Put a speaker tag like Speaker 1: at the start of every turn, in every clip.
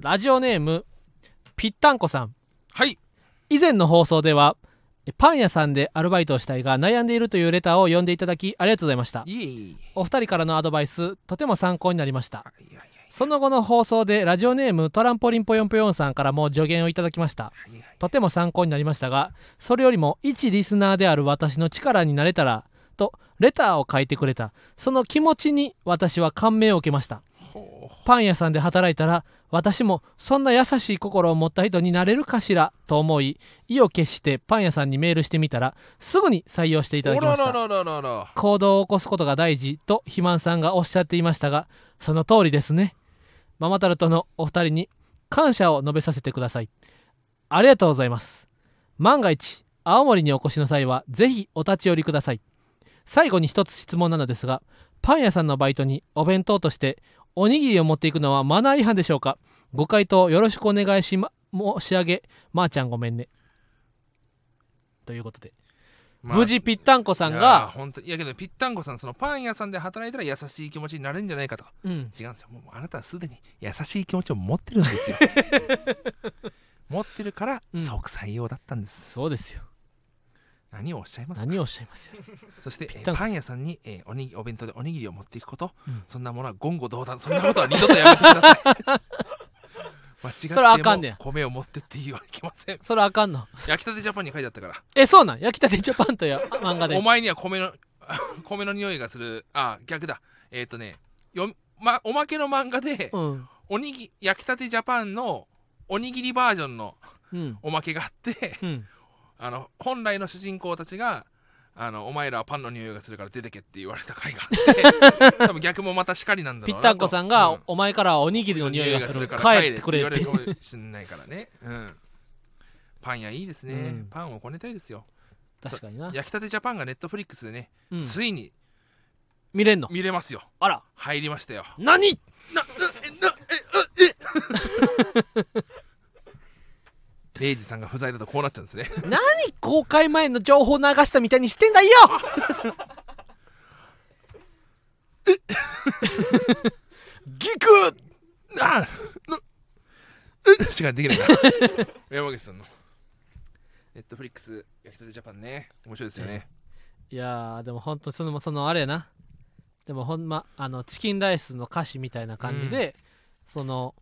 Speaker 1: ラジオネームぴったんこさん
Speaker 2: はい
Speaker 1: 以前の放送ではパン屋さんでアルバイトをしたいが悩んでいるというレターを読んでいただきありがとうございました
Speaker 2: いえいえ
Speaker 1: お二人からのアドバイスとても参考になりました
Speaker 2: あいやいやい
Speaker 1: その後の放送でラジオネームトランポリンぽよんぽよんさんからも助言をいただきました
Speaker 2: やいや
Speaker 1: とても参考になりましたがそれよりも一リスナーである私の力になれたらとレターを書いてくれたその気持ちに私は感銘を受けました
Speaker 2: ほう
Speaker 1: パン屋さんで働いたら私もそんな優しい心を持った人になれるかしらと思い意を決してパン屋さんにメールしてみたらすぐに採用していただ
Speaker 2: お
Speaker 1: きま
Speaker 2: ら
Speaker 1: した
Speaker 2: ららららら
Speaker 1: 行動を起こすことが大事と肥満さんがおっしゃっていましたがその通りですねママタルトのお二人に感謝を述べさせてくださいありがとうございます万が一青森にお越しの際はぜひお立ち寄りください最後に一つ質問なのですがパン屋さんのバイトにお弁当としておにぎりを持っていくのはマナー違反でしょうかご回答よろしくお願いし、ま、申し上げまー、ちゃんごめんねということで、
Speaker 2: まあ
Speaker 1: 無事ぴったんこさん
Speaker 2: いやー
Speaker 1: が、
Speaker 2: 本当いやけどぴったんこさんそのパン屋さんで働いたら優しい気持ちになれるんじゃないかとか
Speaker 1: うん、
Speaker 2: 違うんですよもうあなたはすでに優しい気持ちを持ってるんで すよ持ってるから
Speaker 1: うん
Speaker 2: 即採用だったんです、
Speaker 1: そうですよ
Speaker 2: 何をおっしゃいますか
Speaker 1: 何をおっしゃいますよ
Speaker 2: そして、え
Speaker 1: ぴっ
Speaker 2: ー
Speaker 1: たんこ
Speaker 2: パン屋さんに、えーおにぎお弁当でおにぎりを持っていくこと、
Speaker 1: うん
Speaker 2: そんなものは言語道断そんなことは二度とやめてくださ い間違っても
Speaker 1: それはあかんねや
Speaker 2: 米を持ってっていいわけません
Speaker 1: それあかんの
Speaker 2: 焼きたてジャパンに書いてあったから
Speaker 1: えそうなん焼きたてジャパンと いうあ漫画で
Speaker 2: お前には米の 米の匂いがするあ逆だえっ、とねよ、ま、おまけの漫画で、
Speaker 1: うん
Speaker 2: おにぎ焼きたてジャパンのおにぎりバージョンの
Speaker 1: うん
Speaker 2: おまけがあって
Speaker 1: うん
Speaker 2: あの本来の主人公たちがあのお前らはパンの匂いがするから出てけって言われた回があって 多分逆もまたしかりなんだ
Speaker 1: ぴ
Speaker 2: ろう
Speaker 1: っ
Speaker 2: な
Speaker 1: た
Speaker 2: と
Speaker 1: んこさんが、
Speaker 2: う
Speaker 1: お前からはおにぎりの匂いがする
Speaker 2: から
Speaker 1: 帰ってくれ
Speaker 2: 言
Speaker 1: っ
Speaker 2: わ
Speaker 1: て
Speaker 2: れるかもしれないからね、うん、パン屋いいですね、
Speaker 1: うん
Speaker 2: パンをこねたいですよ
Speaker 1: 確かにな、
Speaker 2: 焼きたてジャパンがネットフリックスでね、
Speaker 1: うん、
Speaker 2: ついに
Speaker 1: 見れんの
Speaker 2: 見れますよ
Speaker 1: あら
Speaker 2: 入りましたよ
Speaker 1: 何
Speaker 2: なうえなえうえレイジさんが不在だとこうなっちゃうんですね
Speaker 1: 何公開前の情報流したみたいにしてんだよ ギク
Speaker 2: あっうしかできないから 山口さんのネットフリックス焼きたてジャパンね面白いですよね
Speaker 1: いやーでもほんとそのそのあれやなでもほんまあのチキンライスの歌詞みたいな感じで、その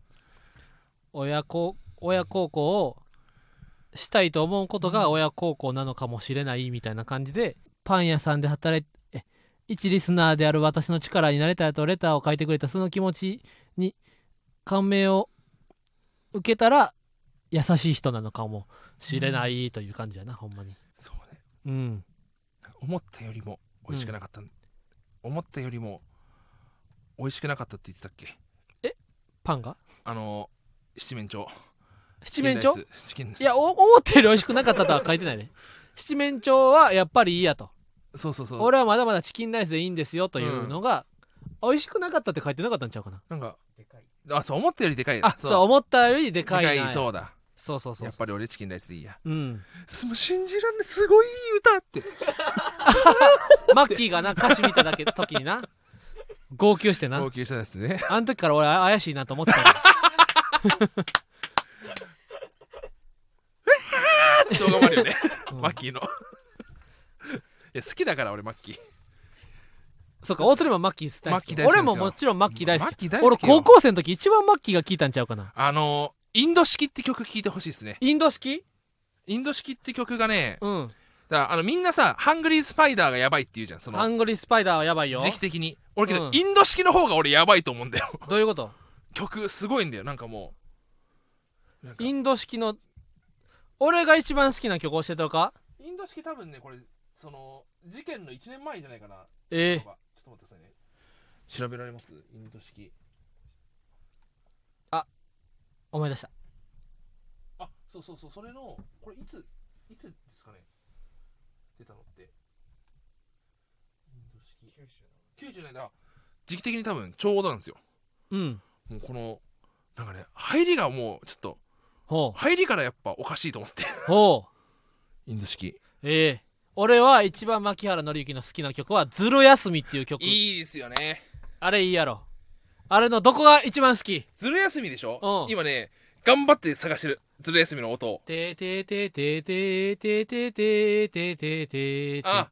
Speaker 1: 親子親孝行をしたいと思うことが親孝行なのかもしれないみたいな感じでパン屋さんで働いて一リスナーである私の力になれたらとレターを書いてくれたその気持ちに感銘を受けたら優しい人なのかもしれないという感じやな、ほんまに
Speaker 2: そうね
Speaker 1: うん
Speaker 2: 思ったよりも美味しくなかった、思ったよりも美味しくなかったって言ってたっけ
Speaker 1: パンが
Speaker 2: あの七面鳥
Speaker 1: 七面鳥
Speaker 2: チキンライスチキン
Speaker 1: いや、お思ったより美味しくなかったとは書いてない ね。七面鳥はやっぱりいいやと。
Speaker 2: そうそうそう
Speaker 1: 俺はまだまだチキンライスでいいんですよというのが、美味しくなかったって書いてなかったんちゃうかな。
Speaker 2: なんかあそう思ったよりでかい
Speaker 1: あ、そう、思ったよりで
Speaker 2: で
Speaker 1: かいな。
Speaker 2: そうだ
Speaker 1: そうそうそう。
Speaker 2: やっぱり俺チキンライスでいいや
Speaker 1: うん。
Speaker 2: すもう信じらんないすごいいい歌って
Speaker 1: マッキーがな、歌詞見ただけ時に な、号泣してな
Speaker 2: 号。泣したや つね
Speaker 1: あの時から俺怪しいなと思ってたよ。
Speaker 2: 動画もあるよね、
Speaker 1: うん
Speaker 2: マッキーのいや好きだから俺マッキー
Speaker 1: そうか、オートレマンマッキー大好
Speaker 2: マッキー
Speaker 1: き
Speaker 2: 大好きです。よ
Speaker 1: 俺ももちろんマッキー大好
Speaker 2: マッ
Speaker 1: き
Speaker 2: キー。大好
Speaker 1: 俺
Speaker 2: きよ
Speaker 1: 高校生の時一番マッキーが聞いたんちゃうかな。
Speaker 2: あのインド式って曲聴いてほしいですね
Speaker 1: インド式
Speaker 2: インド式って曲がね
Speaker 1: うん。
Speaker 2: だからあのみんなさハングリースパイダーがやばいって言うじゃんそ
Speaker 1: ハ
Speaker 2: の
Speaker 1: ングリースパイダーはやばいよ。
Speaker 2: 時期的に俺けど、
Speaker 1: うん
Speaker 2: インド式の方が俺やばいと思うんだよ
Speaker 1: どういうこと
Speaker 2: 曲すごいんだよなんかもうなんか
Speaker 1: インド式の俺が一番好きな曲教えておか
Speaker 2: インド式多分ねこれその事件の1年前じゃないかな
Speaker 1: え
Speaker 2: ちょっと待ってくださいね調べられますインド式
Speaker 1: 思い出した
Speaker 2: あそうそうそうそれのこれいついつですかね出たのってインド式90年代だ時期的に多分ちょうどなんですよ
Speaker 1: うん
Speaker 2: もうこのなんかね入りがもうちょっと
Speaker 1: ほ
Speaker 2: 入りからやっぱおかしいと思って
Speaker 1: うほう
Speaker 2: インド式
Speaker 1: ええ俺は一番牧原紀之の好きな曲は「ズル休み」っていう曲
Speaker 2: いいですよね
Speaker 1: あれいいやろあれのどこが一番好き
Speaker 2: ずる休みでしょ
Speaker 1: うん
Speaker 2: 今ね頑張って探してるずる休みの音を
Speaker 1: ててててててててててて
Speaker 2: あ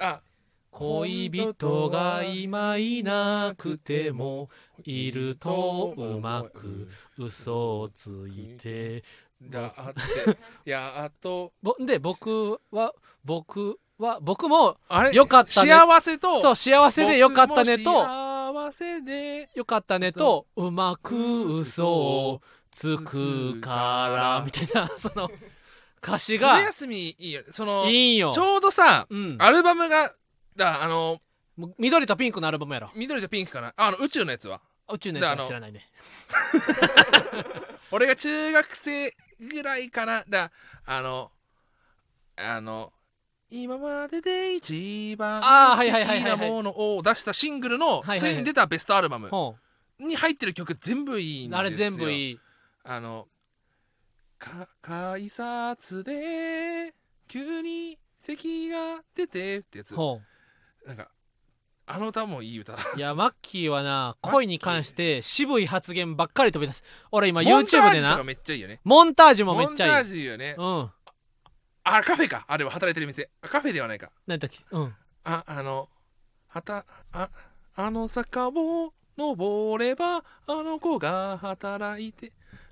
Speaker 2: あ
Speaker 1: 恋人が今いなくてもいるとうまく嘘をついて
Speaker 2: だってやっと
Speaker 1: ぼで僕は僕は僕も
Speaker 2: あれ
Speaker 1: よかったね
Speaker 2: 幸せと
Speaker 1: そう幸せでよかったね
Speaker 2: 僕も
Speaker 1: と
Speaker 2: 幸せで
Speaker 1: よかったねとうまく嘘をつくからみたいな その歌詞
Speaker 2: ずる
Speaker 1: が
Speaker 2: 休みいいよその
Speaker 1: いいんよ
Speaker 2: ち、ょうどさ
Speaker 1: うん、
Speaker 2: アルバムがだあの
Speaker 1: もう緑とピンクのアルバムやろ
Speaker 2: 緑とピンクかなあの宇宙のやつは
Speaker 1: 宇宙のやつ
Speaker 2: だあ
Speaker 1: は
Speaker 2: の
Speaker 1: 知らないね
Speaker 2: 俺が中学生ぐらいかなだあのあの今までで一番
Speaker 1: あーはいはい
Speaker 2: 好
Speaker 1: はい
Speaker 2: き
Speaker 1: はいは
Speaker 2: ないものを出したシングルの
Speaker 1: はいはいはい
Speaker 2: ついに出たベストアルバム
Speaker 1: ほ
Speaker 2: に入ってる曲全部いいん
Speaker 1: う
Speaker 2: ですよ
Speaker 1: あれ全部いい
Speaker 2: あのか改札で急に咳が出てってやつ
Speaker 1: ほう
Speaker 2: なんかあの歌もいい歌
Speaker 1: いやマッキーはな
Speaker 2: マッキー
Speaker 1: 恋に関して渋い発言ばっかり飛び出す俺今
Speaker 2: モンター
Speaker 1: YouTube
Speaker 2: ジ
Speaker 1: で
Speaker 2: ュとか
Speaker 1: な
Speaker 2: めっちゃいいよね
Speaker 1: モンタージュもめ
Speaker 2: モ
Speaker 1: っ
Speaker 2: ン
Speaker 1: ち
Speaker 2: タ
Speaker 1: ゃ
Speaker 2: ー
Speaker 1: いい
Speaker 2: ジュいいよね
Speaker 1: うん
Speaker 2: あカフェかあれは働いてる店あカフェではないか
Speaker 1: 何だっけうん
Speaker 2: ああのはたああの坂を登ればあの子が働いて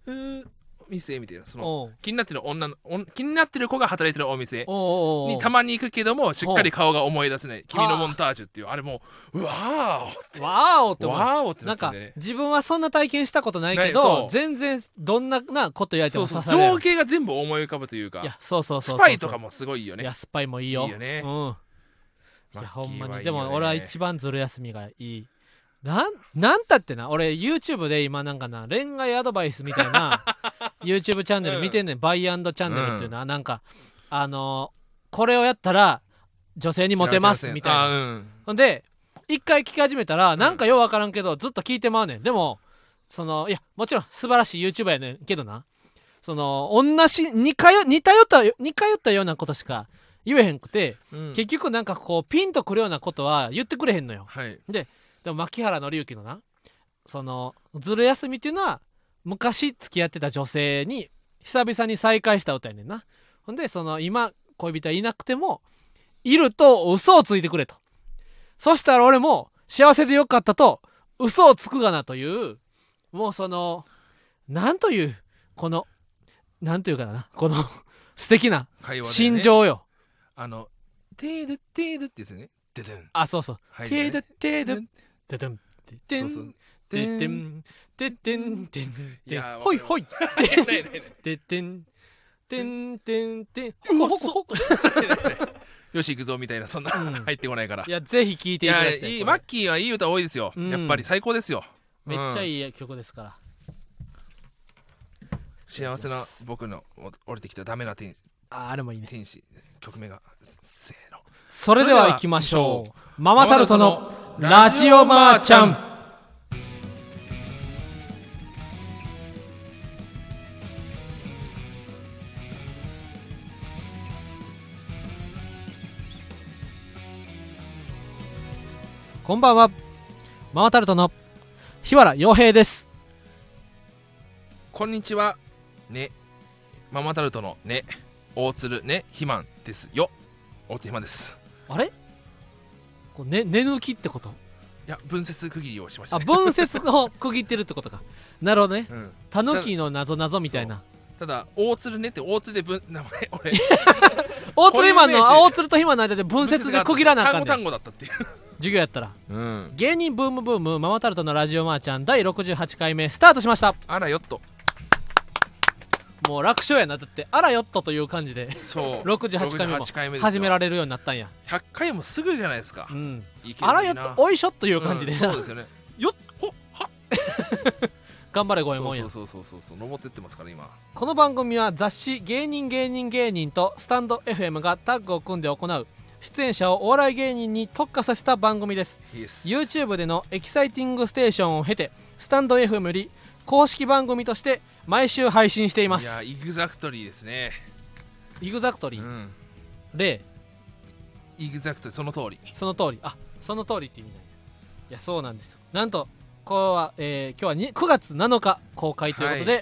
Speaker 2: う店みたいなその
Speaker 1: おう
Speaker 2: 気になってる女のおん気になってる子が働いてるお店
Speaker 1: おうおうおう
Speaker 2: にたまに行くけどもしっかり顔が思い出せない「君のモンタージュ」っていうあれもううわ
Speaker 1: わーおっ
Speaker 2: ー
Speaker 1: て
Speaker 2: お
Speaker 1: 思う
Speaker 2: わーおって
Speaker 1: な
Speaker 2: なっ
Speaker 1: ん
Speaker 2: ちゃ
Speaker 1: か
Speaker 2: うんだよね
Speaker 1: 自分はそんな体験したことないけ
Speaker 2: ないそ
Speaker 1: ど
Speaker 2: う
Speaker 1: 全然どんななこと言われて
Speaker 2: そ
Speaker 1: も
Speaker 2: うそ
Speaker 1: 刺さ
Speaker 2: う
Speaker 1: れ
Speaker 2: 情
Speaker 1: る
Speaker 2: 景が全部思い浮かぶというか
Speaker 1: いやそうそうそうそう
Speaker 2: スパイとかもすごいよ
Speaker 1: い
Speaker 2: ね
Speaker 1: やスパイもいいよ
Speaker 2: いいよね
Speaker 1: うんいやほんまにでも俺は一
Speaker 2: 番
Speaker 1: 番ずる休みがいいなんなんたってな俺 YouTube で今なんかな恋愛アドバイスみたい な YouTube チャンネル見てんねん、バイアンドチャンネルっていうのはなんかあのーこれをやったら女性にモテますみたいな
Speaker 2: あうん
Speaker 1: ほんで一回聞き始めたら
Speaker 2: ん
Speaker 1: なんかようわからんけどずっと聞いてまうねんでもそのいやもちろん素晴らしい YouTuber やねんけどなその同じ似通似通った似通ったようなことしか言えへんくて、
Speaker 2: うん
Speaker 1: 結局なんかこうピンとくるようなことは言ってくれへんのよ
Speaker 2: はい
Speaker 1: でも牧原紀之のなそのずる休みっていうのは昔付き合ってた女性に久々に再会した歌やねんなほんでその今恋人はいなくてもいると嘘をついてくれとそしたら俺も幸せでよかったと嘘をつくがなというもうそのなんというこのなんというかなこの 素敵な
Speaker 2: 会話でね
Speaker 1: 心情よ、
Speaker 2: あの「テードテード」ってやつね「デデン
Speaker 1: あそうそう」
Speaker 2: 入る
Speaker 1: て
Speaker 2: よ
Speaker 1: で
Speaker 2: ね
Speaker 1: てで
Speaker 2: デデン
Speaker 1: てでんて
Speaker 2: そうんそう
Speaker 1: て
Speaker 2: デ
Speaker 1: って
Speaker 2: デン
Speaker 1: んてってんてん
Speaker 2: い
Speaker 1: てん
Speaker 2: やー
Speaker 1: ほいほい
Speaker 2: ないないない
Speaker 1: てってんてんてんてんほこほこほこ
Speaker 2: よし行くぞみたいなそんな
Speaker 1: うん
Speaker 2: 入ってこないから
Speaker 1: いやぜひ聴い
Speaker 2: い
Speaker 1: ていただ
Speaker 2: や
Speaker 1: きたい
Speaker 2: いい
Speaker 1: こ
Speaker 2: マッキーはいい歌多いですよ
Speaker 1: うん
Speaker 2: やっぱり最高ですよ
Speaker 1: れめっちゃ
Speaker 2: い
Speaker 1: いい曲ですから
Speaker 2: 幸せな僕のお降りてきたダメな天
Speaker 1: あーあれもいいね
Speaker 2: 天使曲名がせーの
Speaker 1: それでは行きましょ
Speaker 2: そう
Speaker 1: ママタルトのラジオマーちゃんこんばんはママタルトの日原洋平です
Speaker 2: こんにちはねママタルトのね大鶴ねひまんですよ大鶴ひまんです
Speaker 1: あれこう、ね、寝抜きってこと
Speaker 2: いや分節区切りをしました
Speaker 1: あ
Speaker 2: ね
Speaker 1: 分節を区切ってるってことか なるほどね
Speaker 2: うん
Speaker 1: タヌキの謎謎みたいな
Speaker 2: ただ大鶴ねって大鶴で分名前俺
Speaker 1: 大鶴マンの
Speaker 2: こういうイメージ
Speaker 1: 青鶴とマの間で分節が区切らなあかんねん
Speaker 2: 単語単語だったっていう
Speaker 1: 授業やったら
Speaker 2: うん
Speaker 1: 芸人ブームブームママタルトのラジオマーちゃん第68回目スタートしました
Speaker 2: あらよっと
Speaker 1: もう楽勝やなだってあらよっとという感じで
Speaker 2: そう
Speaker 1: 68回目も
Speaker 2: 68回目ですよ
Speaker 1: 始められるようになったんや
Speaker 2: 100回もすぐじゃないですか
Speaker 1: うん
Speaker 2: いける
Speaker 1: あ
Speaker 2: な
Speaker 1: らよっとおいしょという感じで
Speaker 2: うん
Speaker 1: な、
Speaker 2: そうですよねよっほっは
Speaker 1: 頑張れごえもんや
Speaker 2: そうそうそうそうそう登ってってますから今
Speaker 1: この番組は雑誌「芸人芸人芸人」とスタンド FM がタッグを組んで行う出演者をお笑い芸人に特化させた番組です
Speaker 2: Yes
Speaker 1: YouTube でのエキサイティングステーションを経てスタンド FM より公式番組として毎週配信していま
Speaker 2: いや
Speaker 1: す
Speaker 2: イグザクトリーですね
Speaker 1: イグザクト
Speaker 2: う
Speaker 1: リー
Speaker 2: ん
Speaker 1: 例
Speaker 2: イグザクトリーその通り
Speaker 1: その通りあその通りって意味なんやいやそうなんですよなんとこは、えー今日はに9月7日公開ということで、
Speaker 2: は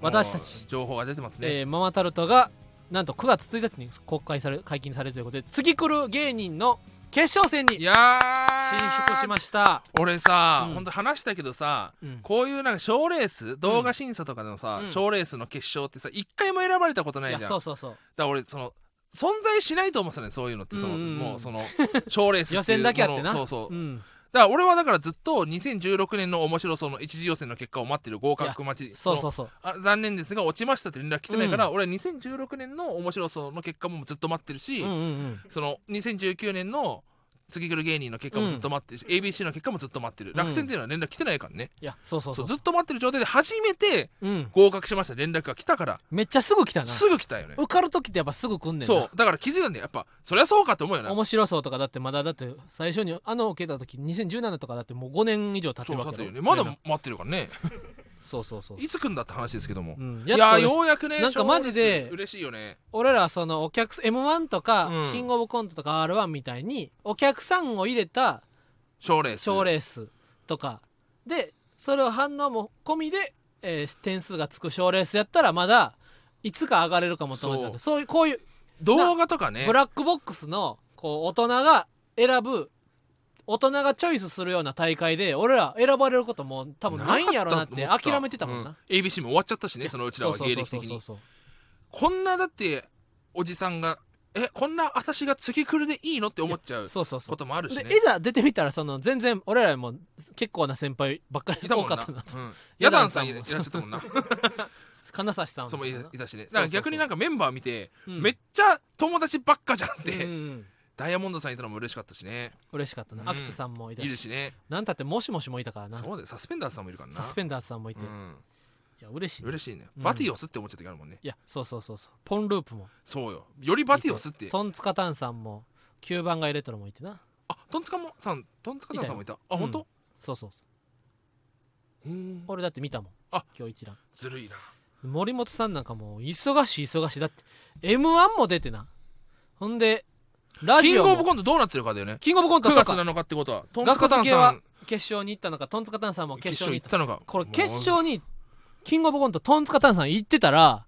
Speaker 1: 私たち
Speaker 2: もう情報が出てますね、
Speaker 1: えーママタルトがなんと9月1日に公開され解禁されるということで次来る芸人の決勝戦
Speaker 2: い
Speaker 1: に
Speaker 2: や
Speaker 1: 進
Speaker 2: ー
Speaker 1: 出しました、
Speaker 2: 俺さ、
Speaker 1: うん
Speaker 2: ほんと話したけどさ
Speaker 1: うん
Speaker 2: こういうなんか賞レース動画審査とかでのさ
Speaker 1: うん
Speaker 2: 賞、レースの決勝ってさ一回も選ばれたことないい
Speaker 1: や
Speaker 2: じゃん
Speaker 1: そうそうそう
Speaker 2: だから俺その存在しないと思ってたねそういうのってその、
Speaker 1: うんうんうん
Speaker 2: もうその賞レースっていう
Speaker 1: 予選だけあってな
Speaker 2: ものそうそう、
Speaker 1: うん
Speaker 2: だから俺はだからずっと2016年の面白そうの一次予選の結果を待ってる合格待ち
Speaker 1: そうそううそう
Speaker 2: あ残念ですが落ちましたって連絡来てないから、俺は2016年の面白そうの結果もずっと待ってるし、
Speaker 1: うんうんうん
Speaker 2: その2019年の次来る芸人の結果もずっと待ってるし、ABC の結果もずっと待って
Speaker 1: ん
Speaker 2: る落選っていうのは連絡来てないからね、
Speaker 1: いやそうそうそ
Speaker 2: そううずっと待ってる状態で初めて
Speaker 1: うん
Speaker 2: 合格しました連絡が来たから
Speaker 1: めっちゃすぐ来たな
Speaker 2: すぐ来たよね
Speaker 1: 受かる時ってやっぱすぐ来んねんな
Speaker 2: そうだから気づいたんだよやっぱそりゃそうかって思うよな
Speaker 1: 面白そうとかだってまだだって最初にあの受けた時2017とかだってもう5年以上経って
Speaker 2: そう
Speaker 1: る
Speaker 2: だ
Speaker 1: わ
Speaker 2: っ
Speaker 1: け
Speaker 2: て
Speaker 1: だ
Speaker 2: よねまだ待ってるからね
Speaker 1: そうそうそう、
Speaker 2: いつ来んだって話ですけども、
Speaker 1: うん、
Speaker 2: い
Speaker 1: っ
Speaker 2: や
Speaker 1: と
Speaker 2: ようやくね
Speaker 1: なんかマジで
Speaker 2: 賞レース嬉しいよね
Speaker 1: 俺らそのお客さん m 1とか、
Speaker 2: うん
Speaker 1: キングオブコントとか r 1みたいにお客さんを入れた
Speaker 2: 賞レース
Speaker 1: 賞レースとかでそれを反応も込みで、えー点数がつく賞レースやったらまだいつか上がれるかもと思ってたけどそういうこういう
Speaker 2: 動画とかね
Speaker 1: ブラックボックスのこう大人が選ぶ大人がチョイスするような大会で俺ら選ばれることも多分ないんやろなって
Speaker 2: かた
Speaker 1: 諦めてたもんな、
Speaker 2: う ABC も終わっちゃったしねそのうちらは芸歴的
Speaker 1: そう
Speaker 2: に
Speaker 1: そうそうそう
Speaker 2: こんなだっておじさんがえこんな私が次来るでいいのって思っちゃう
Speaker 1: そうそうそう
Speaker 2: こともあるしね
Speaker 1: でいざ出てみたらその全然俺らも結構な先輩ばっかり
Speaker 2: いた
Speaker 1: 多
Speaker 2: もん
Speaker 1: か
Speaker 2: な
Speaker 1: ったな
Speaker 2: うんヤダンさんいら
Speaker 1: ヤ
Speaker 2: っ
Speaker 1: ダン
Speaker 2: し
Speaker 1: さん
Speaker 2: ゃ
Speaker 1: も
Speaker 2: ってたもん な
Speaker 1: 金指さん
Speaker 2: そう
Speaker 1: も
Speaker 2: も
Speaker 1: ないうん
Speaker 2: いたしねだ
Speaker 1: そうそ
Speaker 2: から
Speaker 1: う
Speaker 2: 逆になんかメンバー見て
Speaker 1: うん
Speaker 2: めっちゃ友達ばっかじゃんっ
Speaker 1: うんう
Speaker 2: て
Speaker 1: ん
Speaker 2: ダイヤモンドさんいたのも嬉しかったしね
Speaker 1: 嬉しかった
Speaker 2: うん
Speaker 1: な秋田さんもいた
Speaker 2: いる
Speaker 1: し
Speaker 2: しね
Speaker 1: なんたってもしもしもいたからな
Speaker 2: そうだよサスペンダーズさんもいるからな
Speaker 1: サスペンダーズさんもいてい
Speaker 2: うん
Speaker 1: や嬉しいね
Speaker 2: 嬉しいね
Speaker 1: うん
Speaker 2: バティオスって思っちゃう時あるもんね
Speaker 1: いやそうそうそうそうポンループも
Speaker 2: そうよよりバティオスって
Speaker 1: トンツカタンさんも9番街レトロもいてな
Speaker 2: あトンツカもさんトンツカタンさんもいたあ
Speaker 1: うん
Speaker 2: 本当
Speaker 1: そうそうそう
Speaker 2: うん
Speaker 1: 俺だって見たもん
Speaker 2: あ
Speaker 1: 今日一覧
Speaker 2: ずるいな
Speaker 1: 森本さんなんかもう忙しい忙しいだって m 1も出てなほんでラ
Speaker 2: キン
Speaker 1: ジオ
Speaker 2: グオブ
Speaker 1: も
Speaker 2: コントどうなってるかだよね
Speaker 1: キングオブコント
Speaker 2: 9
Speaker 1: そう
Speaker 2: 月
Speaker 1: か
Speaker 2: 7日ってことはトンツカ
Speaker 1: 学
Speaker 2: タン
Speaker 1: 付け
Speaker 2: さ
Speaker 1: は
Speaker 2: ん
Speaker 1: 決勝に行ったのかトンツカタンさんも決
Speaker 2: 決
Speaker 1: 勝
Speaker 2: 勝
Speaker 1: に
Speaker 2: 行
Speaker 1: 行
Speaker 2: っ
Speaker 1: った
Speaker 2: たのか
Speaker 1: これ
Speaker 2: もう
Speaker 1: 決勝にキングオブコントトンツカタンさん行ってたら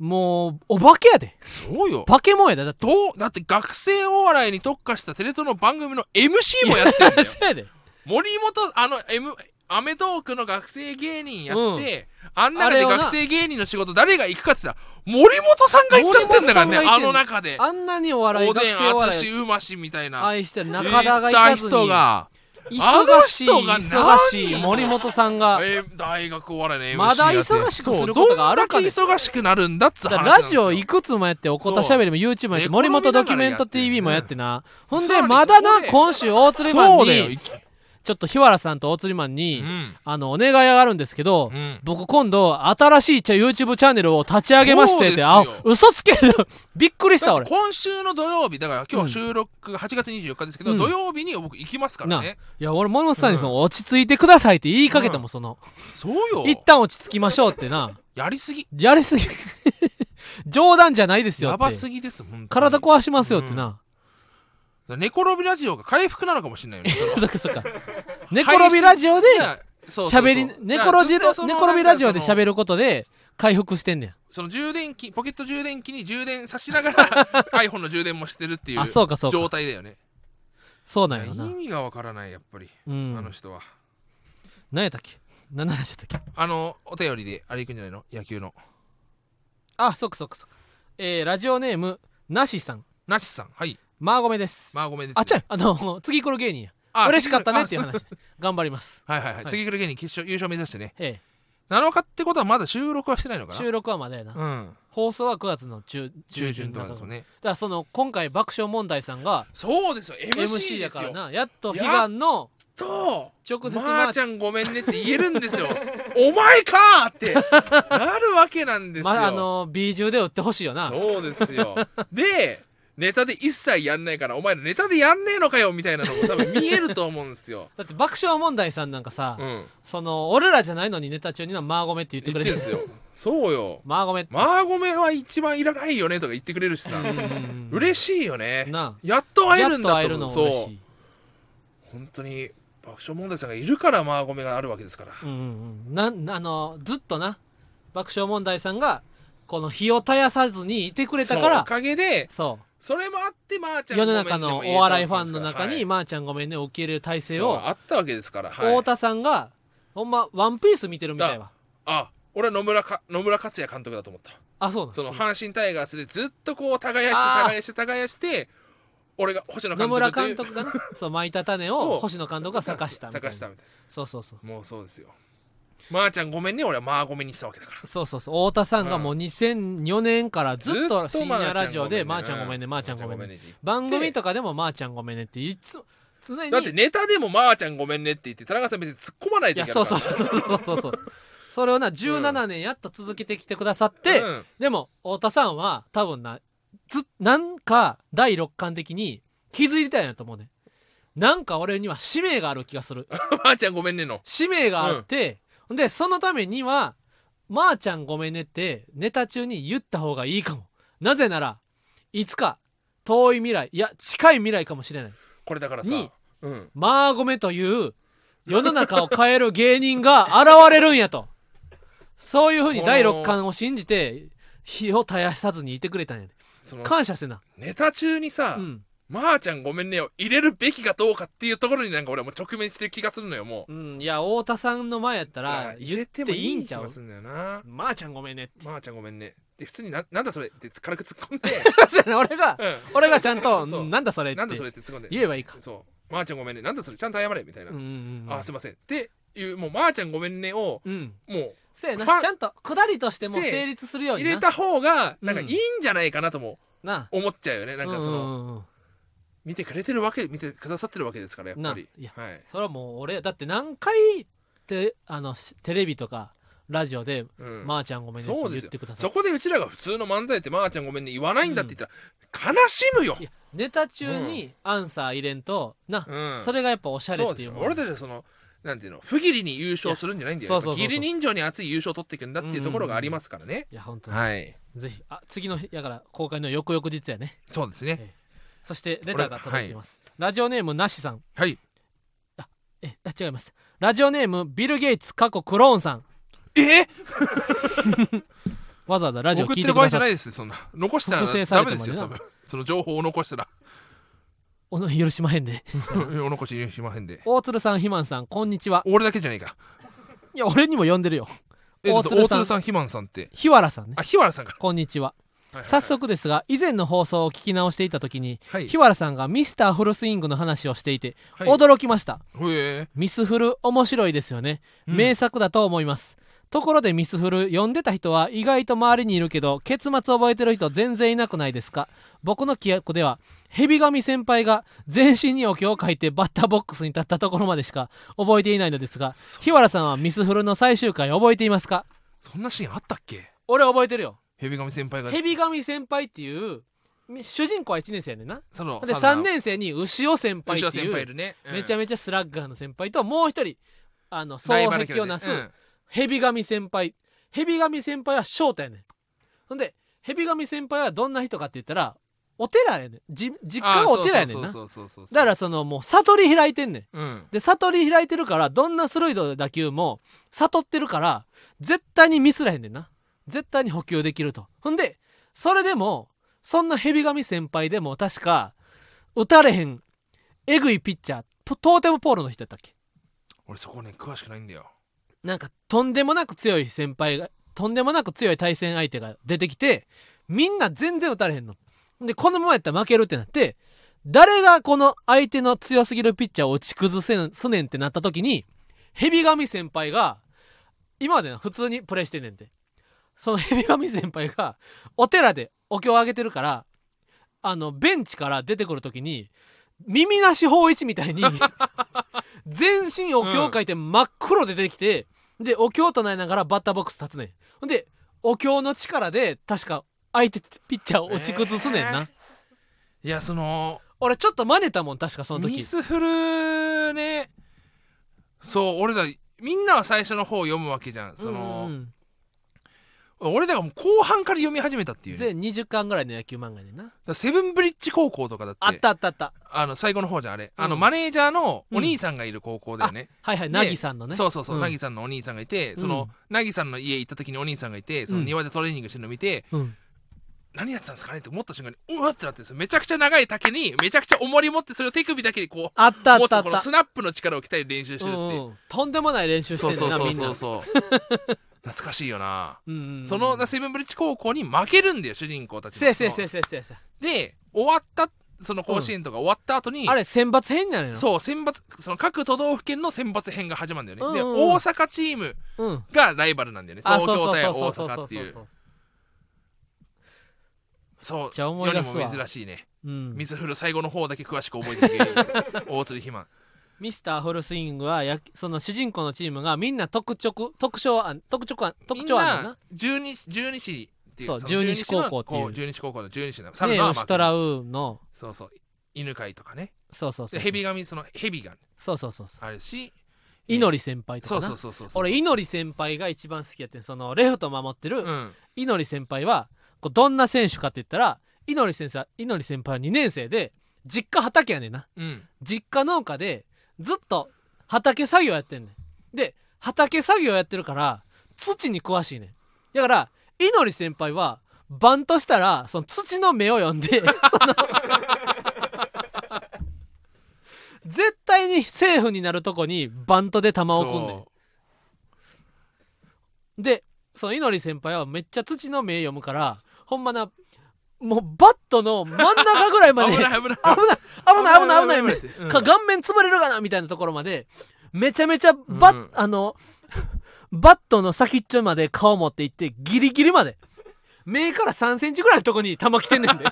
Speaker 1: もうお化けやで
Speaker 2: そうよ
Speaker 1: 化け物やでだって
Speaker 2: どうだって学生お笑いに特化したテレ東の番組の MC もやって るんだよ
Speaker 1: そうやで
Speaker 2: 森本あの M アメトークの学生芸人やって、あん中
Speaker 1: あ
Speaker 2: で
Speaker 1: れをな
Speaker 2: 学生芸人の仕事誰が行くかって言ったら森本さんが行っちゃってんだからね
Speaker 1: 森本
Speaker 2: あ
Speaker 1: さんが行ってんの
Speaker 2: の中で
Speaker 1: あんなにお笑い
Speaker 2: お
Speaker 1: 学
Speaker 2: でん
Speaker 1: 生お
Speaker 2: あつ
Speaker 1: 笑
Speaker 2: し
Speaker 1: いう
Speaker 2: ましみたいな
Speaker 1: 愛してる中田が行かずに
Speaker 2: 行った人が
Speaker 1: 忙しい
Speaker 2: あの人が
Speaker 1: 忙しい
Speaker 2: 何
Speaker 1: 森本さんが
Speaker 2: えー大学お笑いの MC
Speaker 1: まだ
Speaker 2: やって
Speaker 1: 忙しくすることがあるかね
Speaker 2: そうどんだけ忙しくなるんだっつう話なん
Speaker 1: ラ
Speaker 2: です
Speaker 1: ジ
Speaker 2: よ
Speaker 1: オいくつもやっておこたしゃべりも YouTube もやって
Speaker 2: そう
Speaker 1: 森本ドキュメント TV もやってなほんでまだ
Speaker 2: そう
Speaker 1: な
Speaker 2: です
Speaker 1: 今週大釣りマン
Speaker 2: そうだよ
Speaker 1: にちょっと日原さんと大釣りマン
Speaker 2: う
Speaker 1: に
Speaker 2: ん
Speaker 1: あのお願いがあるんですけど
Speaker 2: うん
Speaker 1: 僕今度新しいチャ YouTube チャンネルを立ち上げましてってあ
Speaker 2: そうですよ
Speaker 1: 嘘つけ びっくりした
Speaker 2: だって
Speaker 1: 俺
Speaker 2: 今週の土曜日だから今
Speaker 1: うん
Speaker 2: 日収録が8月24日ですけど、
Speaker 1: うん
Speaker 2: 土曜日に僕行きますからね
Speaker 1: いや俺森本さんにその落ち着いてくださいって言いかけたもんその
Speaker 2: そうよ
Speaker 1: 一旦落ち着きましょうってな
Speaker 2: やりすぎ
Speaker 1: やりすぎ 冗談じゃないですよ
Speaker 2: や
Speaker 1: っ
Speaker 2: ば
Speaker 1: て
Speaker 2: すぎです本当に
Speaker 1: 体壊しますよってな、
Speaker 2: 寝転びラジオが回復なのかもしれないよね
Speaker 1: そっかそっ か寝転びラジオで
Speaker 2: いやそうそうそう
Speaker 1: 喋り寝転じる寝転びラジオで喋ることで回復してんね
Speaker 2: その充電器ポケット充電器に充電さしな がら iPhone の充電もしてるってい
Speaker 1: ん
Speaker 2: う
Speaker 1: あそうかそうか
Speaker 2: 状態だよね
Speaker 1: そう
Speaker 2: い
Speaker 1: なん
Speaker 2: や
Speaker 1: や
Speaker 2: 意
Speaker 1: ろな
Speaker 2: 味がわからないやっぱり、
Speaker 1: うん
Speaker 2: あの人は
Speaker 1: 何やったっけ何の話やったっけ
Speaker 2: あのお便りであれ行くんじゃないの野球の
Speaker 1: あそっかそっかそっかえーラジオネームなしさん
Speaker 2: なしさんはい
Speaker 1: マーゴメです、
Speaker 2: まあごめんです
Speaker 1: あ違うあの次来る芸人や
Speaker 2: あ
Speaker 1: 嬉しかったねっていう
Speaker 2: あ
Speaker 1: 話頑張ります
Speaker 2: はいはいはい、
Speaker 1: はい
Speaker 2: 次来る芸人決勝優勝目指してね
Speaker 1: え
Speaker 2: 7日ってことはまだ収録はしてないの
Speaker 1: え
Speaker 2: かな
Speaker 1: 収録はまだやな、
Speaker 2: うん
Speaker 1: 放送は9月の中
Speaker 2: 中
Speaker 1: 中
Speaker 2: 旬
Speaker 1: 旬
Speaker 2: と
Speaker 1: と
Speaker 2: か
Speaker 1: か
Speaker 2: ですよね
Speaker 1: だからその今回爆笑問題さんが
Speaker 2: そうですよ MC です
Speaker 1: MC
Speaker 2: よ
Speaker 1: やからなやっと悲願の
Speaker 2: と
Speaker 1: 直接
Speaker 2: ま
Speaker 1: ま
Speaker 2: ー
Speaker 1: ー
Speaker 2: ち
Speaker 1: ち
Speaker 2: ゃんごめんねって言えるんですよ お前かーってなるわけなんですよ、
Speaker 1: まあの B 中で売ってほしいよな
Speaker 2: そうですよでネタで一切やんないからお前らネタでやんねえのかよみたいなのも多分見えると思うんですよ
Speaker 1: だって爆笑問題さんなんかさ、
Speaker 2: うん
Speaker 1: その俺らじゃないのにネタ中にはマーゴメって言って
Speaker 2: 言
Speaker 1: く
Speaker 2: っ
Speaker 1: れ
Speaker 2: て
Speaker 1: て
Speaker 2: ん
Speaker 1: る
Speaker 2: ですよそうよ
Speaker 1: マーゴメって、
Speaker 2: マーゴメは一番いらないよねとか言ってくれるしさ
Speaker 1: うん
Speaker 2: 嬉しいよね
Speaker 1: な
Speaker 2: やっと
Speaker 1: あ
Speaker 2: 会え
Speaker 1: や
Speaker 2: る
Speaker 1: っ
Speaker 2: ん
Speaker 1: と
Speaker 2: だ
Speaker 1: 会え
Speaker 2: と
Speaker 1: るの
Speaker 2: 思う
Speaker 1: も嬉し
Speaker 2: そう
Speaker 1: い
Speaker 2: 本当に爆笑問題さんがいるからマーゴメがあるわけですから、
Speaker 1: うんうんうんなんあのずっとな爆笑問題さんがこの火を絶やさずにいてくれたか
Speaker 2: そうお
Speaker 1: ら
Speaker 2: かげで
Speaker 1: そ
Speaker 2: それもあってまーち
Speaker 1: う
Speaker 2: ゃんご
Speaker 1: 世の
Speaker 2: めんね
Speaker 1: 中の
Speaker 2: も言
Speaker 1: お
Speaker 2: えたわ
Speaker 1: 笑
Speaker 2: け
Speaker 1: い
Speaker 2: で
Speaker 1: ファ
Speaker 2: すから
Speaker 1: ンの中
Speaker 2: はい
Speaker 1: に「まーちゃんごめんね」を受け入れる体制
Speaker 2: そう
Speaker 1: を
Speaker 2: あったわけですから、はい
Speaker 1: 太田さんがほんま「ワンピース見てるみたいわ
Speaker 2: あ俺は野村か野村克也監督だと思った
Speaker 1: あそうなん
Speaker 2: そ
Speaker 1: そ
Speaker 2: の
Speaker 1: う
Speaker 2: 阪神タイガースでずっとこう耕して
Speaker 1: あー
Speaker 2: 耕して耕して俺が星野
Speaker 1: 野
Speaker 2: 監督
Speaker 1: 村
Speaker 2: という
Speaker 1: 監督がなそう巻いた種 を
Speaker 2: を
Speaker 1: 星野監督が咲かしたみたい
Speaker 2: 咲
Speaker 1: な
Speaker 2: かしたみたい
Speaker 1: そうそうそう
Speaker 2: なもうそうですよまーちゃんごめんね俺はまーごめんにしたわけだから
Speaker 1: そうそうそう太田さんがもう2004年からずっと深夜ラジオで「ま
Speaker 2: ま
Speaker 1: ーちゃんごめんねまーちゃんごめんね」
Speaker 2: ね
Speaker 1: 番組とかでも「まーちゃんごめんね」っていつも常に
Speaker 2: だってネタでもまーちゃんごめんねって言って田中さん別に突っ込まない
Speaker 1: い
Speaker 2: とい
Speaker 1: や
Speaker 2: けない
Speaker 1: そうそうそうそうそうそうそれをな17年やっと続けてきてくださって、
Speaker 2: うん
Speaker 1: でも太田さんは多分なずなんか第六感的に気づいてたんやと思うねなんか俺には使命がある気がする
Speaker 2: まーちゃんごめんねの
Speaker 1: 使命があって、でそのためには「まー、ちゃんごめんね」ってネタ中に言った方がいいかもなぜならいつか遠い未来いや近い未来かもしれない
Speaker 2: これだからさ
Speaker 1: に
Speaker 2: うん
Speaker 1: マーゴメという世の中を変える芸人が現れるんやとそういうふうに第六感を信じて火を絶やさずにいてくれたんやで
Speaker 2: その
Speaker 1: 感謝せな、
Speaker 2: ネタ中にさ
Speaker 1: うん
Speaker 2: まーちゃんごめんねを入れるべきかどうかっていうところになんか俺はもう直面してる気がするのよもう
Speaker 1: うん、いや太田さんの前やった
Speaker 2: だから
Speaker 1: 言っていいんちゃ
Speaker 2: 気
Speaker 1: う
Speaker 2: がするんだよな
Speaker 1: まー、ちゃんごめんねって
Speaker 2: まーちゃんごめんねで普通にななんだそれって軽く突っ込んで
Speaker 1: そうやな俺が
Speaker 2: う
Speaker 1: 俺がちゃんと
Speaker 2: そう
Speaker 1: うんなんだそれっ
Speaker 2: んなんだそれ
Speaker 1: て
Speaker 2: って突っ込んで
Speaker 1: 言えばいいか
Speaker 2: そうまーちゃんごめんねなんだそれちゃんと謝れみたいな
Speaker 1: うんうん
Speaker 2: あすいませんっていうもうまーちゃんごめんねを
Speaker 1: うんうん
Speaker 2: もう
Speaker 1: そうやな
Speaker 2: ファン
Speaker 1: ちゃんとくだりとしても
Speaker 2: して
Speaker 1: 成立するように
Speaker 2: 入
Speaker 1: な
Speaker 2: れた方がなんか
Speaker 1: う
Speaker 2: い
Speaker 1: ん
Speaker 2: いんじゃないかなとも
Speaker 1: な
Speaker 2: 思っちゃうよね、
Speaker 1: な
Speaker 2: なんかその、
Speaker 1: うんうんうん
Speaker 2: 見てくれてるわけ見てくださってるわけですからやっぱり
Speaker 1: ないや
Speaker 2: はい
Speaker 1: それはもう俺だって何回ってあのしテレビとかラジオで「
Speaker 2: うん
Speaker 1: まー、ちゃんごめんね」って言ってくださ
Speaker 2: そ
Speaker 1: い
Speaker 2: こでうちらが普通の漫才って「まーちゃんごめんね」言わないんだって言ったら悲しむよ
Speaker 1: い、やネタ中にアンサー入れんと、な、
Speaker 2: うん、
Speaker 1: それがやっぱおしゃれ
Speaker 2: そう
Speaker 1: って
Speaker 2: です
Speaker 1: いう
Speaker 2: よ
Speaker 1: もん
Speaker 2: 俺たちはそのなんていうの不義理に優勝するんじゃないんだよ
Speaker 1: いやそうそうそうそう
Speaker 2: 義理人情に熱い優勝を取っていくんだっていうところがありますからね、
Speaker 1: いや本当に、
Speaker 2: はい
Speaker 1: ぜひあ次の日やから公開の翌々日やね
Speaker 2: そうですね
Speaker 1: そしてレターが届いてます、ラジオネームなしさん
Speaker 2: はい
Speaker 1: えあ違いますラジオネームビル・ゲイツ過去クローンさん
Speaker 2: え
Speaker 1: わざわざラジオ
Speaker 2: 送
Speaker 1: 聞
Speaker 2: って
Speaker 1: いて
Speaker 2: る
Speaker 1: く
Speaker 2: 場合
Speaker 1: だ
Speaker 2: じ
Speaker 1: さ
Speaker 2: ゃ
Speaker 1: っ
Speaker 2: な
Speaker 1: て
Speaker 2: いですよそんな残した
Speaker 1: 複製
Speaker 2: ら
Speaker 1: さ
Speaker 2: ダ
Speaker 1: れ
Speaker 2: メ
Speaker 1: て
Speaker 2: で
Speaker 1: もね
Speaker 2: すよ多分その情報を残し たら
Speaker 1: おの許しまへんで
Speaker 2: お残ししまへんで
Speaker 1: 大鶴さんひまんさんこんにちは
Speaker 2: 俺だけじゃないか
Speaker 1: いや俺にも呼んでるよ
Speaker 2: え
Speaker 1: 大鶴さん
Speaker 2: 大鶴さんさん肥満さんって
Speaker 1: 日原さんね
Speaker 2: あ日原さんか
Speaker 1: こんにちは
Speaker 2: はいはいはい
Speaker 1: 早速ですが以前の放送を聞き直していた時に
Speaker 2: はい
Speaker 1: 日原さんがミスターフルスイングの話をしていて
Speaker 2: はい
Speaker 1: 驚きました、
Speaker 2: へえ
Speaker 1: ミスフル面白いですよね、
Speaker 2: うん
Speaker 1: 名作だと思いますところでミスフル読んでた人は意外と周りにいるけど結末覚えてる人全然いなくないですか僕の記憶では蛇神先輩が全身にお経を書いてバッターボックスに立ったところまでしか覚えていないのですが日原さんはミスフルの最終回覚えていますか
Speaker 2: そんなシーンあったっけ
Speaker 1: 俺覚えてるよ
Speaker 2: 蛇神先輩が
Speaker 1: 蛇神先輩っていうみ主人公は1年生やねんな
Speaker 2: その
Speaker 1: で
Speaker 2: サ
Speaker 1: 3
Speaker 2: ウナ
Speaker 1: 年生に牛尾先輩
Speaker 2: 後
Speaker 1: っ
Speaker 2: ろ
Speaker 1: てい
Speaker 2: 先輩いうるね
Speaker 1: めちゃ
Speaker 2: め
Speaker 1: め
Speaker 2: ち
Speaker 1: ちゃスラッガーの先輩ともう一人あの双璧をなす蛇神先輩蛇神先輩は翔太やねんほんで蛇神先輩はどんな人かって言ったらお寺やねんじ実家がお寺やねんなだからそのもう悟り開いてんねん
Speaker 2: うん
Speaker 1: で悟り開いてるからどんな鋭い打球も悟ってるから絶対にミスらへんねんな絶対に補給できるとほんでそれでもそんな蛇神先輩でも確か打たれへんえぐいピッチャーポトーテムポールの人やったっけ
Speaker 2: 俺そこね詳しくないんだよ
Speaker 1: なんかとんでもなく強い先輩がとんでもなく強い対戦相手が出てきてみんな全然打たれへんのでこのままやったら負けるってなって誰がこの相手の強すぎるピッチャーを打ち崩せんすねんってなった時に蛇神先輩が今までの普通にプレイしてんねんてその蛇神先輩がお寺でお経をあげてるからあのベンチから出てくる時に耳なし法一みたいに全身お経を書いて真っ黒で出てきて、でお経を唱えながらバッターボックス立つねんほんでお経の力で確か相手ピッチャーを打ち崩すねんな、
Speaker 2: えーいやその
Speaker 1: 俺ちょっと真似たもん確かその
Speaker 2: ミ
Speaker 1: 時
Speaker 2: スフルねそう俺らみんなは最初の方を読むわけじゃんその、
Speaker 1: うん
Speaker 2: 俺だからもう後半から読み始めたっていうね、だ
Speaker 1: 全
Speaker 2: か
Speaker 1: 20巻ぐらいの野球漫画やねんな
Speaker 2: らセブンブリッジ高校とかだって
Speaker 1: あったあったあった
Speaker 2: あの最後の方じゃんあれ、あの
Speaker 1: うん
Speaker 2: マネージャーのお兄さんがいる高校だよね、
Speaker 1: はいはい
Speaker 2: で
Speaker 1: なぎさんのね
Speaker 2: そうそうそう、
Speaker 1: ん
Speaker 2: なぎさんのお兄さんがいてその、なぎさんの家行った時にお兄さんがいてその
Speaker 1: うん
Speaker 2: 庭でトレーニングしてるの見て、
Speaker 1: うん
Speaker 2: 何やってたんですかねって思った瞬間にうわってなってるんですよめちゃくちゃ長い竹にめちゃくちゃ重り持ってそれを手首だけでこう
Speaker 1: あったあ
Speaker 2: 持
Speaker 1: っ
Speaker 2: つ
Speaker 1: たあっ
Speaker 2: このス
Speaker 1: た
Speaker 2: ナップの力を鍛える練習してるってい
Speaker 1: う
Speaker 2: う
Speaker 1: んうんとんでもない練習し
Speaker 2: そう
Speaker 1: てる
Speaker 2: そう
Speaker 1: な
Speaker 2: そう
Speaker 1: みん
Speaker 2: そ
Speaker 1: な
Speaker 2: うそう 懐かしいよな、
Speaker 1: うんうんうん
Speaker 2: そのセブンブリッジ高校に負けるんだよ主人公たちの
Speaker 1: せやせやせやせやせやせや
Speaker 2: で終わったその甲子園とか終わった後に、
Speaker 1: あれ選抜編なのよ
Speaker 2: そう選抜その各都道府県の選抜編が始まるんだよね、
Speaker 1: うんうん
Speaker 2: で大阪チーム
Speaker 1: うん
Speaker 2: がライバルなんだよね
Speaker 1: あ
Speaker 2: 東京対大阪っていう
Speaker 1: そうそうそうそうそう
Speaker 2: そう
Speaker 1: じゃあ思
Speaker 2: 世
Speaker 1: い
Speaker 2: に
Speaker 1: 出すわ
Speaker 2: も珍しいね
Speaker 1: うん
Speaker 2: 水降る最後の方だけ詳しく覚え てる大鶴ひまん
Speaker 1: ミスターフルスイングはやその主人公のチームがみんな特徴特徴あ特徴あ
Speaker 2: み
Speaker 1: 特
Speaker 2: ん
Speaker 1: 徴あるんだ
Speaker 2: な
Speaker 1: な
Speaker 2: 十二十二市っていう
Speaker 1: そう
Speaker 2: の
Speaker 1: 十二支高校っていう
Speaker 2: こ十二支高校の十二市の
Speaker 1: ね
Speaker 2: 猿の
Speaker 1: ヨ
Speaker 2: は
Speaker 1: シ
Speaker 2: まあ
Speaker 1: ュトラウーの
Speaker 2: そうそう犬飼いとかね
Speaker 1: そうそうそう
Speaker 2: でヘビ神そのヘビが
Speaker 1: そうそうそうそう
Speaker 2: あるし
Speaker 1: 祈り先輩とか
Speaker 2: そ
Speaker 1: な
Speaker 2: うそうそうそうそう
Speaker 1: 俺祈り先輩が一番好きやってんそのレフト守って
Speaker 2: う
Speaker 1: る
Speaker 2: ん
Speaker 1: 祈り先輩はこうどんな選手かって言ったら祈り先生祈り先輩は2年生で実家畑やねんな
Speaker 2: うん
Speaker 1: 実家農家でずっと畑作業やってんねんで畑作業やってるから土に詳しいねんだから祈り先輩はバントしたらその土の目を読んで その絶対にセーフになるとこにバントで球を置くんねん
Speaker 2: そ
Speaker 1: でそのいのり先輩はめっちゃ土の目読むからほんまなもうバットの真ん中ぐらいうまで
Speaker 2: 危
Speaker 1: 危
Speaker 2: な
Speaker 1: ないい
Speaker 2: 危ない
Speaker 1: 危ない危ない危ない
Speaker 2: 危ない危ない
Speaker 1: か顔面潰れるかなみたいなところまでめちゃめちゃバッ、
Speaker 2: うん
Speaker 1: あのバットの先っちょまで顔持っていってギリギリまで目から3センチぐらいのとこに球来てんねん で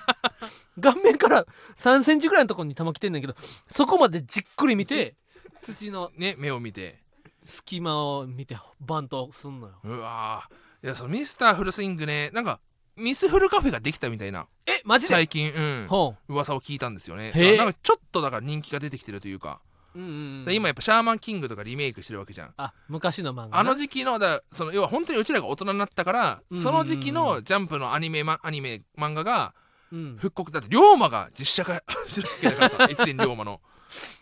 Speaker 1: 顔面から3センチぐらいのとこに球来てんねんけどそこまでじっくり見て土の
Speaker 2: ね目を見て
Speaker 1: 隙間を見てバントすんのよ
Speaker 2: うわーいやそのミスターフルスイングねなんかミスフルカフェができたみたいな
Speaker 1: えマジで
Speaker 2: 最近うん
Speaker 1: ほ
Speaker 2: 噂を聞いたんですよね
Speaker 1: へえ
Speaker 2: なんかちょっとだから人気が出てきてるというか
Speaker 1: う、うんうんう
Speaker 2: で
Speaker 1: ん、
Speaker 2: 今やっぱシャーマンキングとかリメイクしてるわけじゃん
Speaker 1: あ昔の漫画な
Speaker 2: あの時期のだその要は本当にうちらが大人になったから
Speaker 1: うん
Speaker 2: その時期のジャンプのアニメ,、ま、アニメ漫画が
Speaker 1: うん、
Speaker 2: 復刻だって龍馬が実写化 してるわけだからさ越前龍馬の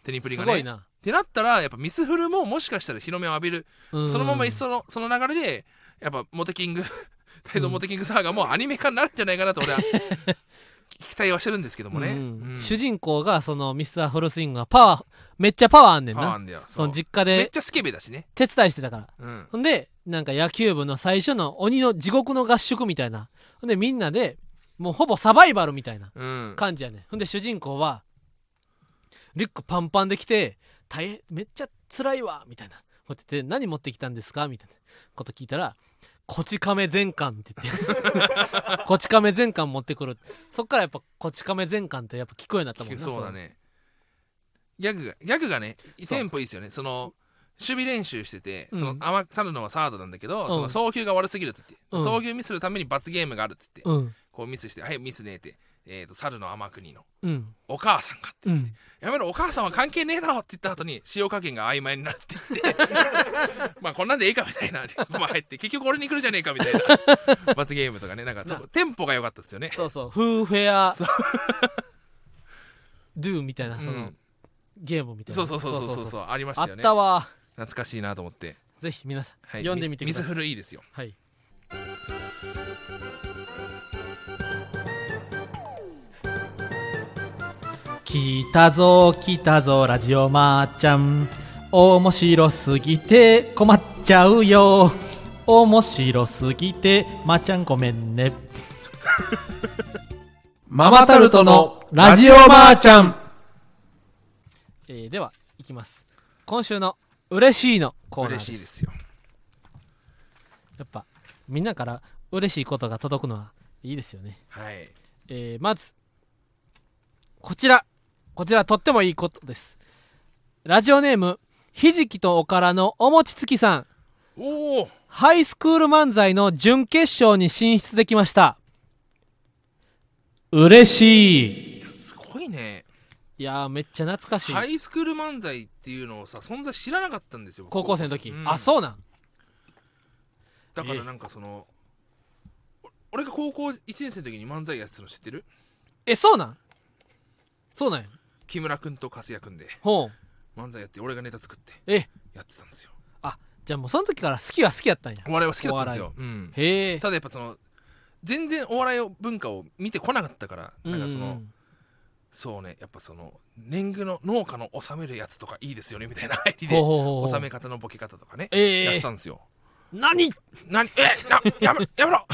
Speaker 2: テニプリ
Speaker 1: す
Speaker 2: が
Speaker 1: ご
Speaker 2: ね
Speaker 1: い
Speaker 2: っ
Speaker 1: な、
Speaker 2: てなったらやっぱミスフルももしかしたら日の目を浴びる
Speaker 1: うん
Speaker 2: そのままいっそのその流れでやっぱモテキング大蔵モテキングサーがもうアニメ化になるんじゃないかなと俺は期待はしてるんですけどもね、
Speaker 1: うん
Speaker 2: うん
Speaker 1: 主人公がそのミスターフルスイングがパワーめっちゃパワーあんねん
Speaker 2: パワーあ
Speaker 1: なん
Speaker 2: だよ
Speaker 1: その
Speaker 2: そう
Speaker 1: 実家
Speaker 2: めっ
Speaker 1: で
Speaker 2: ちゃスケベだしね、
Speaker 1: 手伝いしてたから
Speaker 2: うん、
Speaker 1: ほんでなんか野球部の最初の鬼の地獄の合宿みたいなほんでみんなでもうほぼサバイバルみたいな
Speaker 2: うん
Speaker 1: 感じやねんほんで主人公はリュックパンパンで来て「大変めっちゃ辛いわ」みたいなこうやってて「何持ってきたんですか?」みたいなこと聞いたら「こち亀全巻」って言って 「こち亀全巻持ってくる」そっからやっぱ「こち亀全巻」ってやっぱ聞くようになったもんな
Speaker 2: そうだねギャグがギャグがね
Speaker 1: そう
Speaker 2: テンポいいですよねその守備練習してて、
Speaker 1: うん
Speaker 2: その甘く去るのはサードなんだけど、
Speaker 1: ん
Speaker 2: その送球が悪すぎるって言って、
Speaker 1: うん
Speaker 2: 送球ミスするために罰ゲームがあるって言って、
Speaker 1: そううん
Speaker 2: こうミスして「はいミスねえ」って、えーと「猿の天国の
Speaker 1: うん
Speaker 2: お母さんが」って
Speaker 1: う
Speaker 2: 言って
Speaker 1: ん
Speaker 2: やめろお母さんは関係ねえだろって言った後に使用加減が曖昧になるって言って まあこんなんでええかみたいなまあ入って結局俺に来るじゃねえかみたいな罰ゲームとか ねなんかそこ
Speaker 1: な
Speaker 2: テンポが良かったですよね
Speaker 1: そうそう「フーフェア
Speaker 2: そ」
Speaker 1: 「ドゥ」みたいな
Speaker 2: うん
Speaker 1: その、ゲームみたいな
Speaker 2: そうそうそうそうそうそうありまし
Speaker 1: あ
Speaker 2: た
Speaker 1: っ
Speaker 2: よね
Speaker 1: たわ
Speaker 2: 懐かしいなと思って、
Speaker 1: ぜひ皆さん、
Speaker 2: はい、
Speaker 1: 読んでみてくだ
Speaker 2: ミスミ
Speaker 1: さ
Speaker 2: ス
Speaker 1: い
Speaker 2: フルいいですよ
Speaker 1: はい来たぞ来たぞラジオまーちゃん面白すぎて困っちゃうよ面白すぎてまーちゃんごめんね
Speaker 2: マ
Speaker 1: マタルトのラジオばあち
Speaker 2: ゃん
Speaker 1: えーではいきます今週の嬉しいのコーナーで
Speaker 2: 嬉
Speaker 1: す
Speaker 2: しいですよ
Speaker 1: やっぱみんなから嬉しいことが届くのはいいですよね
Speaker 2: はい
Speaker 1: えーまずこちらこちらとってもいいことですラジオネームひじきとおからのお餅つきさん
Speaker 2: おお
Speaker 1: ハイスクール漫才の準決勝に進出できました嬉しい
Speaker 2: すごいね
Speaker 1: いやーめっちゃ懐かしい、
Speaker 2: ハイスクール漫才っていうのをさ存在知らなかったんですよ僕
Speaker 1: 高校生の時、
Speaker 2: うん
Speaker 1: あそうなん
Speaker 2: だからなんかその、俺が高校1年生の時に漫才やってたの知ってる
Speaker 1: えそうなんそうなんや
Speaker 2: 木村君と粕谷君で
Speaker 1: ほう
Speaker 2: 漫才やって俺がネタ作って
Speaker 1: え
Speaker 2: やってたんですよ
Speaker 1: じゃあもうその時から好きは好きやったんや
Speaker 2: お笑いは好きだったんですよ、うん、
Speaker 1: へえ
Speaker 2: ただやっぱその全然お笑いを文化を見てこなかったからなんかその、
Speaker 1: うんうん
Speaker 2: そうねやっぱその年貢の農家の納めるやつとかいいですよねみたいな入り
Speaker 1: ほう
Speaker 2: で
Speaker 1: ほうほうほう
Speaker 2: 納め方のボケ方とかね、
Speaker 1: ええ
Speaker 2: やってたんですよ
Speaker 1: 何
Speaker 2: 何えなやめやめろ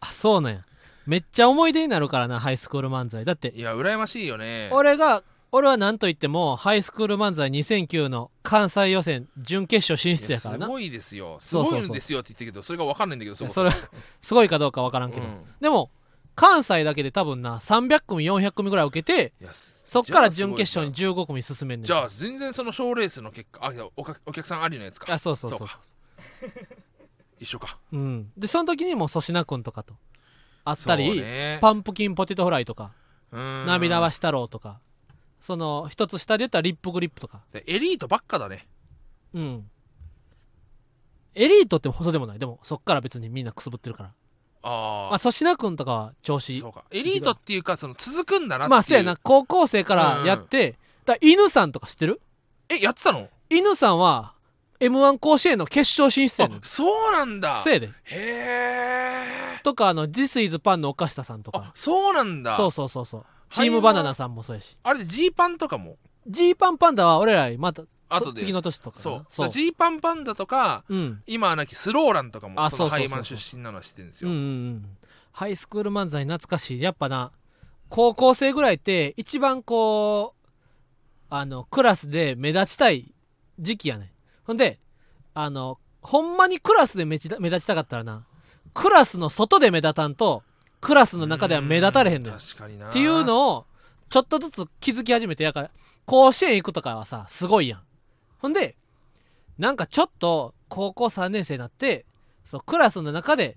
Speaker 1: あそうなんやめっちゃ思い出になるからなハイスクール漫才だって
Speaker 2: いや羨ましいよね
Speaker 1: 俺が俺は何と言ってもハイスクール漫才2009の関西予選準決勝進
Speaker 2: い
Speaker 1: 出や
Speaker 2: や
Speaker 1: か
Speaker 2: す
Speaker 1: らな
Speaker 2: ごいですよす
Speaker 1: そうそう
Speaker 2: ご
Speaker 1: そう
Speaker 2: いんですよって言ってるけどそれが分かんないんだけどそも
Speaker 1: そ
Speaker 2: そも
Speaker 1: れすごいかどうかわからんけど、
Speaker 2: うん
Speaker 1: でも関西だけで多分な300組400組ぐらい受けて
Speaker 2: いやす
Speaker 1: そっから
Speaker 2: じゃ
Speaker 1: 準
Speaker 2: あすごい
Speaker 1: 決勝に
Speaker 2: じ
Speaker 1: 15組進めんねん
Speaker 2: ゃあじゃあ全然その賞レースの結果あいやおかお客さんありのやつか
Speaker 1: あそうそうそうそう
Speaker 2: か一緒か
Speaker 1: うん、でその時にもう粗品君とかと会った
Speaker 2: そう
Speaker 1: り、
Speaker 2: ね
Speaker 1: パンプキンポテトフライとか
Speaker 2: うん
Speaker 1: 涙はしたろうとかその一つ下で言ったらリップグリップとか
Speaker 2: でエリートばっかだね
Speaker 1: うんエリートってほどでもないでもそっから別にみんなくすぶってるから
Speaker 2: あ
Speaker 1: まあ
Speaker 2: あ
Speaker 1: 粗品君とかは調子
Speaker 2: そうかエリートっていうかその続くんだなっていう
Speaker 1: まあそうやな高校生からやって、だから犬さんとか知ってる
Speaker 2: えやってたの
Speaker 1: 犬さんは m 1甲子園の決勝進出や
Speaker 2: あ
Speaker 1: ねん
Speaker 2: そうなんだ
Speaker 1: せいで
Speaker 2: へえ
Speaker 1: とかあの This is パンの岡下さんと
Speaker 2: あ
Speaker 1: か
Speaker 2: そうなんだ
Speaker 1: そうそうそうそうチームバナナさんもそうやし
Speaker 2: あれでジーパンとかも
Speaker 1: G パンパンダは俺らよりまた
Speaker 2: 後で
Speaker 1: 次の年とかか
Speaker 2: そ
Speaker 1: な
Speaker 2: うジーパンパンダとか
Speaker 1: うん
Speaker 2: 今はなきスローランとかも
Speaker 1: あ
Speaker 2: その
Speaker 1: そう
Speaker 2: ハ
Speaker 1: そうそう
Speaker 2: イマン出身なのは知ってるんです
Speaker 1: うんう
Speaker 2: よ
Speaker 1: んうんハイスクール漫才懐かしいやっぱな高校生ぐらいって一番こうあのクラスで目立ちたい時期やねほんであのほんまにクラスで目立ち目立ちたかったらなクラスの外で目立たんとクラスの中では目立たれへんのよ
Speaker 2: う確かにな
Speaker 1: っていうのをちょっとずつ気づき始めてやから甲子園行くとかはさすごいやんほんでなんかちょっと高校3年生になってそうクラスの中で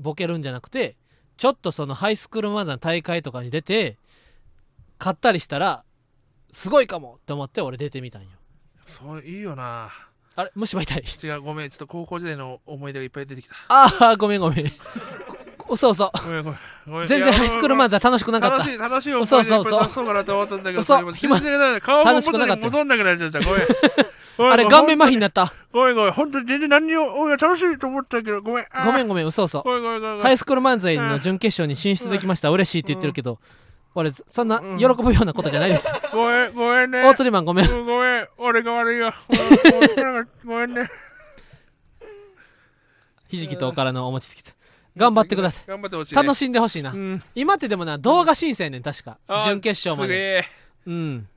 Speaker 1: ボケるんじゃなくてちょっとそのハイスクールマザーの大会とかに出て買ったりしたらすごいかもって思って俺出てみたんよ
Speaker 2: そういいよな
Speaker 1: あれ虫歯 痛い
Speaker 2: 違うごめんちょっと高校時代の思い出がいっぱい出てきた
Speaker 1: あ あごめんごめんそうそ
Speaker 2: ごめんごめんごめ
Speaker 1: うん全然ハイスクールマ
Speaker 2: ズ
Speaker 1: ザー楽しくなかっ
Speaker 2: 楽
Speaker 1: た
Speaker 2: しい楽しい思い出
Speaker 1: 嘘嘘
Speaker 2: いっぱ
Speaker 1: 嘘
Speaker 2: い出そうかなと思ったんだけど
Speaker 1: 嘘
Speaker 2: でも全然ダメだ顔も
Speaker 1: 楽しくなか
Speaker 2: 元
Speaker 1: った
Speaker 2: に
Speaker 1: よ
Speaker 2: 戻んなくなっちゃったごめんごめ ん
Speaker 1: あれ顔面麻痺になった
Speaker 2: ごめんごめん本当に全然何にも俺は楽しいと思ったけどごめんあー
Speaker 1: ごめんごめん嘘嘘
Speaker 2: ごめんごめんごめんごめん
Speaker 1: ハイスクール漫才の準決勝に進出できました嬉しいって言ってるけど俺そんな喜ぶようなことじゃないです
Speaker 2: ごめんごめんね
Speaker 1: 大釣りマンごめん
Speaker 2: うんごめん俺が悪い よごめんごめんごめんね
Speaker 1: ひじきとおからのお餅つきと頑張ってくださ
Speaker 2: 頑張ってほし
Speaker 1: い
Speaker 2: いね
Speaker 1: 楽しんでほしいな
Speaker 2: うん
Speaker 1: 今ってでもな動画申請やねん確か
Speaker 2: あー
Speaker 1: 準決勝ます
Speaker 2: げ
Speaker 1: で
Speaker 2: え
Speaker 1: うん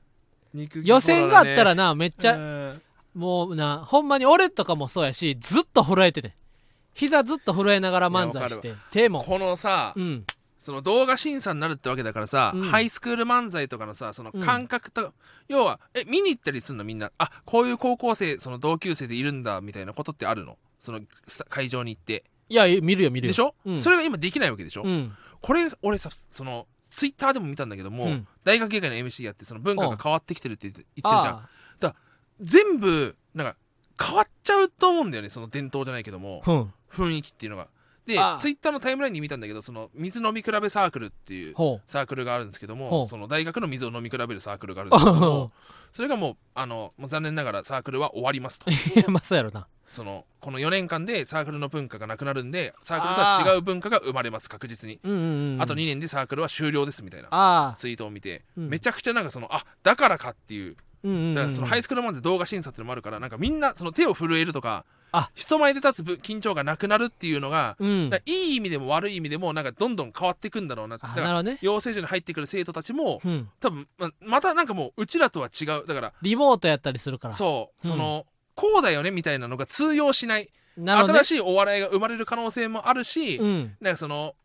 Speaker 2: 肉
Speaker 1: 予選があったら
Speaker 2: ね
Speaker 1: なめっち
Speaker 2: う
Speaker 1: ゃ
Speaker 2: ん
Speaker 1: もうなほんまに俺とかもそうやしずっと震えてて膝ずっと震えながら漫才して手も
Speaker 2: このさ
Speaker 1: うん
Speaker 2: その動画審査になるってわけだからさ、
Speaker 1: うん
Speaker 2: ハイスクール漫才とかのさその
Speaker 1: うん
Speaker 2: 感覚と、要はえ見に行ったりするのみんなあこういう高校生その同級生でいるんだみたいなことってあるのそのさ会場に行って
Speaker 1: いや見るよ見るよ
Speaker 2: でしょ、
Speaker 1: うん
Speaker 2: それが今できないわけでしょ、
Speaker 1: うん
Speaker 2: これ俺さそのツイッターでも見たんだけども、
Speaker 1: うん
Speaker 2: 大学芸会の MC やってその文化
Speaker 1: うん
Speaker 2: が変わってきてるって言って言ってるじゃん
Speaker 1: あ
Speaker 2: 全部なんか変わっちゃうと思うんだよねその伝統じゃないけども
Speaker 1: あうん
Speaker 2: 雰囲気っていうのがで
Speaker 1: ああ
Speaker 2: ツイッターのタイムラインに見たんだけどその水飲み比べサークルっていう
Speaker 1: ほう
Speaker 2: サークルがあるんですけど
Speaker 1: ほ
Speaker 2: も
Speaker 1: う
Speaker 2: その大学の水を飲み比べるサークルがあるんですけど
Speaker 1: お う
Speaker 2: もそれがもうあのもう残念ながらサークルは終わりますと
Speaker 1: いやまあそうやろな
Speaker 2: そのこの4年間でサークルの文化がなくなるんでサークルとは違う文化が生まれます確実に
Speaker 1: うんうんうん
Speaker 2: あと2年でサークルは終了ですみたいな
Speaker 1: ああ
Speaker 2: ツイートを見て、
Speaker 1: うん
Speaker 2: めちゃくちゃなんかそのあだからかっていう
Speaker 1: うんうんうん
Speaker 2: だからそのハイスクールマンズ動画審査っていうのもあるからなんかみんなその手を震えるとか
Speaker 1: あ
Speaker 2: 人前で立つぶ緊張がなくなるっていうのが、
Speaker 1: うん
Speaker 2: なんかいい意味でも悪い意味でもなんかどんどん変わっていくんだろうなって
Speaker 1: あ
Speaker 2: だ
Speaker 1: なる
Speaker 2: か
Speaker 1: ほ
Speaker 2: ら
Speaker 1: どね、
Speaker 2: 養成所に入ってくる生徒たちも
Speaker 1: うん、
Speaker 2: 多分ままたなんかもううちらとは違うだから
Speaker 1: リモートやったりするから
Speaker 2: そ
Speaker 1: う
Speaker 2: う
Speaker 1: ん
Speaker 2: その、こうだよねみたいなのが通用しない、
Speaker 1: なるほど、ね、
Speaker 2: 新しいお笑いが生まれる可能性もあるし、
Speaker 1: うん
Speaker 2: なんかその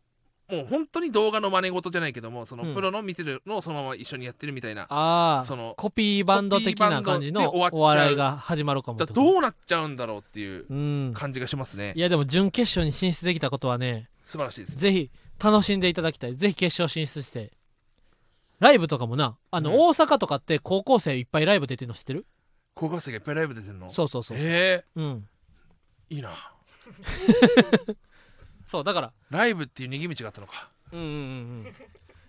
Speaker 2: もう本当に動画の真似事じゃないけどもその、
Speaker 1: うん
Speaker 2: プロの見てるのをそのまま一緒にやってるみたいな
Speaker 1: ああ
Speaker 2: その
Speaker 1: コピーバンド的な感じの
Speaker 2: コピーバンドで終
Speaker 1: お
Speaker 2: わっちゃう
Speaker 1: 笑いが始まるかも
Speaker 2: だ
Speaker 1: っ
Speaker 2: か
Speaker 1: て
Speaker 2: ら
Speaker 1: こと
Speaker 2: どうなっちゃうんだろうっていう
Speaker 1: うん
Speaker 2: 感じがしますね
Speaker 1: いやでも準決勝に進出できたことはね
Speaker 2: 素晴らしいです
Speaker 1: ぜひ楽しんでいただきたいぜひ決勝進出してライブとかもなあの、
Speaker 2: うん
Speaker 1: 大阪とかって高校生いっぱいライブ出てるの知ってる
Speaker 2: 高校生がいっぱいライブ出てるの
Speaker 1: そうそうそう、
Speaker 2: え
Speaker 1: うん
Speaker 2: えいいな
Speaker 1: そうだから
Speaker 2: ライブっていう逃げ道があったのか、
Speaker 1: うんうんうんうん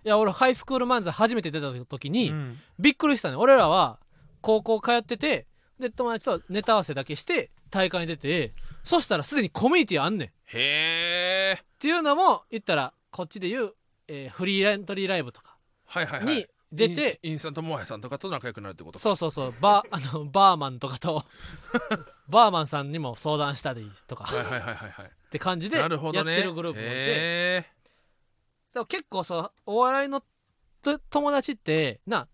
Speaker 1: いや俺ハイスクール漫才初めて出た時に、
Speaker 2: うん
Speaker 1: びっくりしたね俺らは高校通っててで友達とネタ合わせだけして大会に出てそしたらすでにコミュニティあんねんっ
Speaker 2: へえ
Speaker 1: ていうのも言ったらこっちで言う、えーフリーラントリーライブとか
Speaker 2: はいはいはい
Speaker 1: に出て、
Speaker 2: インインスタントモアイさんとかと仲良くなるってことか
Speaker 1: そうそうそうバーあのバーマンとかとバーマンさんにも相談したりとか
Speaker 2: はいはいはいはいはい
Speaker 1: って感じでやっ
Speaker 2: な
Speaker 1: て
Speaker 2: るほどね
Speaker 1: るグループもいて、
Speaker 2: へ
Speaker 1: でも結構そうお笑いのと友達ってな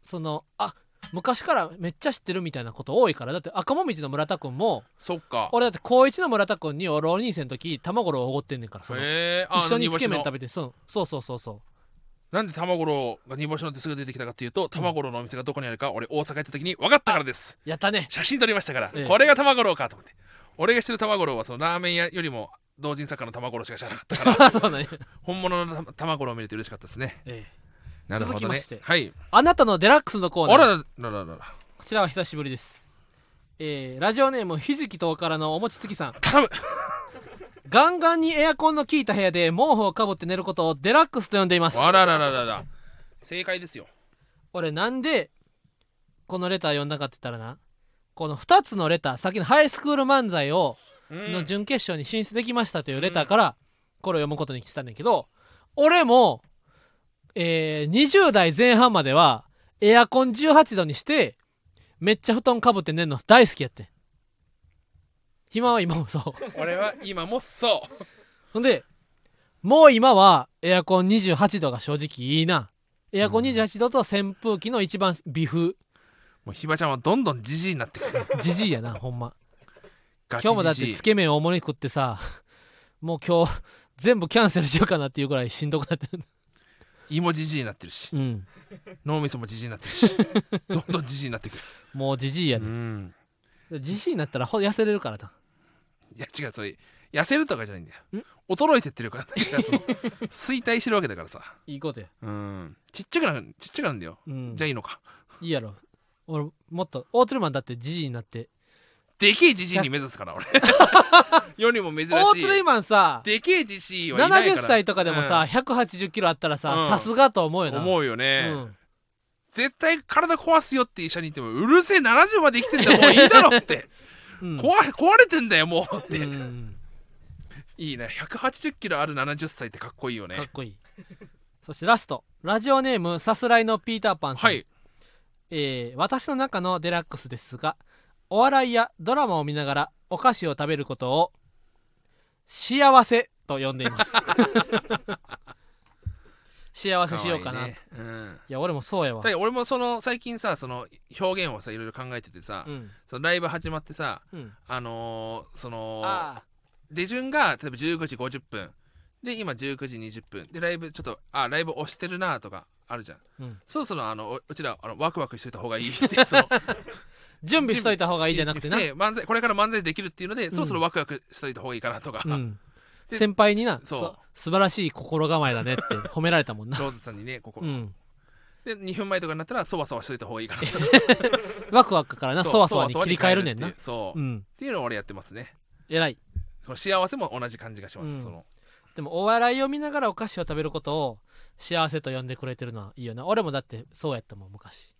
Speaker 1: そのあ昔からめっちゃ知ってるみたいなこと多いからだって赤もみじの村田君も
Speaker 2: ーそっか
Speaker 1: 俺だって高1の村田君に俺お兄生の時卵をおごってんねんからその
Speaker 2: へえ
Speaker 1: 一緒につけ麺食べてそうそうそうそうそう
Speaker 2: なんで卵郎が煮干しのってすぐ出てきたかっていうと卵郎のお店がどこにあるか俺大阪行った時に分かったからです
Speaker 1: やったね
Speaker 2: 写真撮りましたから、
Speaker 1: ええ
Speaker 2: これが卵郎かと思って俺が知る卵郎はそのラーメン屋よりも同人作家の卵郎しか知らなかったから
Speaker 1: そうだね、
Speaker 2: 本物のた卵郎を見れて嬉しかったですね
Speaker 1: ええ
Speaker 2: なるほど
Speaker 1: 続きま
Speaker 2: ね
Speaker 1: して
Speaker 2: はい
Speaker 1: あなたのデラックスのコー
Speaker 2: あ
Speaker 1: ナー
Speaker 2: らららららら
Speaker 1: こちらは久しぶりですえーラジオネームひじきとおからのおもちつきさん
Speaker 2: 頼む
Speaker 1: ガンガンにエアコンの効いた部屋で毛布をかぶって寝ることをデラックスと呼んでいます
Speaker 2: あららららら正解ですよ
Speaker 1: 俺なんでこのレター読んだかって言ったらなこの2つのレター先のハイスクール漫才を
Speaker 2: うん
Speaker 1: の準決勝に進出できましたというレターからこれを読むことにしたんだけど俺も、えー20代前半まではエアコン18度にしてめっちゃ布団かぶって寝るの大好きやってん暇は今もそう
Speaker 2: 俺は今もそ
Speaker 1: ほんでもう今はエアコン28度が正直いいなエアコン28度と扇風機の一番微風
Speaker 2: うもうひばちゃんはどんどんじじいになってくる
Speaker 1: じじいやなほんま
Speaker 2: ガチ
Speaker 1: 今日もだっ
Speaker 2: じじ
Speaker 1: て
Speaker 2: い
Speaker 1: つけ麺大盛り食ってさもう今日全部キャンセルしようかなっていうぐらいしんどくなってる
Speaker 2: 胃もじじいになってるし
Speaker 1: うん
Speaker 2: 脳みそもじじいになってる しどんどんじじいになってくる
Speaker 1: もうじじいやで
Speaker 2: ん
Speaker 1: じじいになったらほ痩せれるからだ
Speaker 2: いや違うそれ痩せるとかじゃないんだよ
Speaker 1: ん
Speaker 2: 衰えてってるからだからその衰退してるわけだからさ
Speaker 1: いいことや
Speaker 2: うんちっちゃくなるちっちゃくなるんだよ、
Speaker 1: うん
Speaker 2: じゃあいいのか
Speaker 1: いいやろ俺もっとオートルマンだってじじいになって
Speaker 2: でけえじじいに目指すから俺世にも珍し
Speaker 1: オー
Speaker 2: い
Speaker 1: トルマンさ
Speaker 2: でけえじじいはいないから
Speaker 1: 70歳とかでもさ、、180キロあったら
Speaker 2: う
Speaker 1: さ
Speaker 2: ん
Speaker 1: さすがと思う
Speaker 2: う
Speaker 1: よ
Speaker 2: ん
Speaker 1: な
Speaker 2: 思
Speaker 1: う
Speaker 2: うよね、
Speaker 1: ん
Speaker 2: 絶対体壊すよって医者に言ってもうるせえ70まで生きてんだもういいだろって
Speaker 1: うん
Speaker 2: 壊壊れてんだよもうって、
Speaker 1: うん
Speaker 2: いいね180キロある70歳ってかっこいいよね
Speaker 1: かっこいいそしてラストラジオネームさすらいのピーターパンさん、
Speaker 2: はい
Speaker 1: えー私の中のデラックスですがお笑いやドラマを見ながらお菓子を食べることを幸せと呼んでい ます幸せしようかな
Speaker 2: わ
Speaker 1: い
Speaker 2: いいねうん
Speaker 1: や俺もそうやわ
Speaker 2: だから俺もその最近さその表現をさいろいろ考えててさ、
Speaker 1: うん
Speaker 2: そのライブ始まってさ
Speaker 1: うん
Speaker 2: あのーその
Speaker 1: あ
Speaker 2: 出順が例えば19時50分で今19時20分でライブちょっとあライブ押してるなとかあるじゃん
Speaker 1: ー、うん、
Speaker 2: そろそろあのおうちらあのワクワクしといた 方がいいってその
Speaker 1: 準備しといた方がいいじゃなくてな、
Speaker 2: で漫才これから漫才できるっていうので、
Speaker 1: ん
Speaker 2: そろそろワクワクしといた方がいいかなとか、
Speaker 1: うん、
Speaker 2: で
Speaker 1: 先輩にな
Speaker 2: そう
Speaker 1: そ素晴らしい心構えだねって褒められた もんな
Speaker 2: ローズさんにねここ、
Speaker 1: うん
Speaker 2: で2分前とかになったらそわそわしといた方がいいかなとか
Speaker 1: ワクワクからなそわそわに切り替えるねん
Speaker 2: そ
Speaker 1: な
Speaker 2: わそわに変えるっていうそう、
Speaker 1: う
Speaker 2: っ
Speaker 1: ん
Speaker 2: ていうのを俺やってますね
Speaker 1: 偉い
Speaker 2: この幸せも同じ感じがします、
Speaker 1: うん
Speaker 2: その
Speaker 1: でもお笑いを見ながらお菓子を食べることを幸せと呼んでくれてるのはいいよな俺もだってそうやったもん昔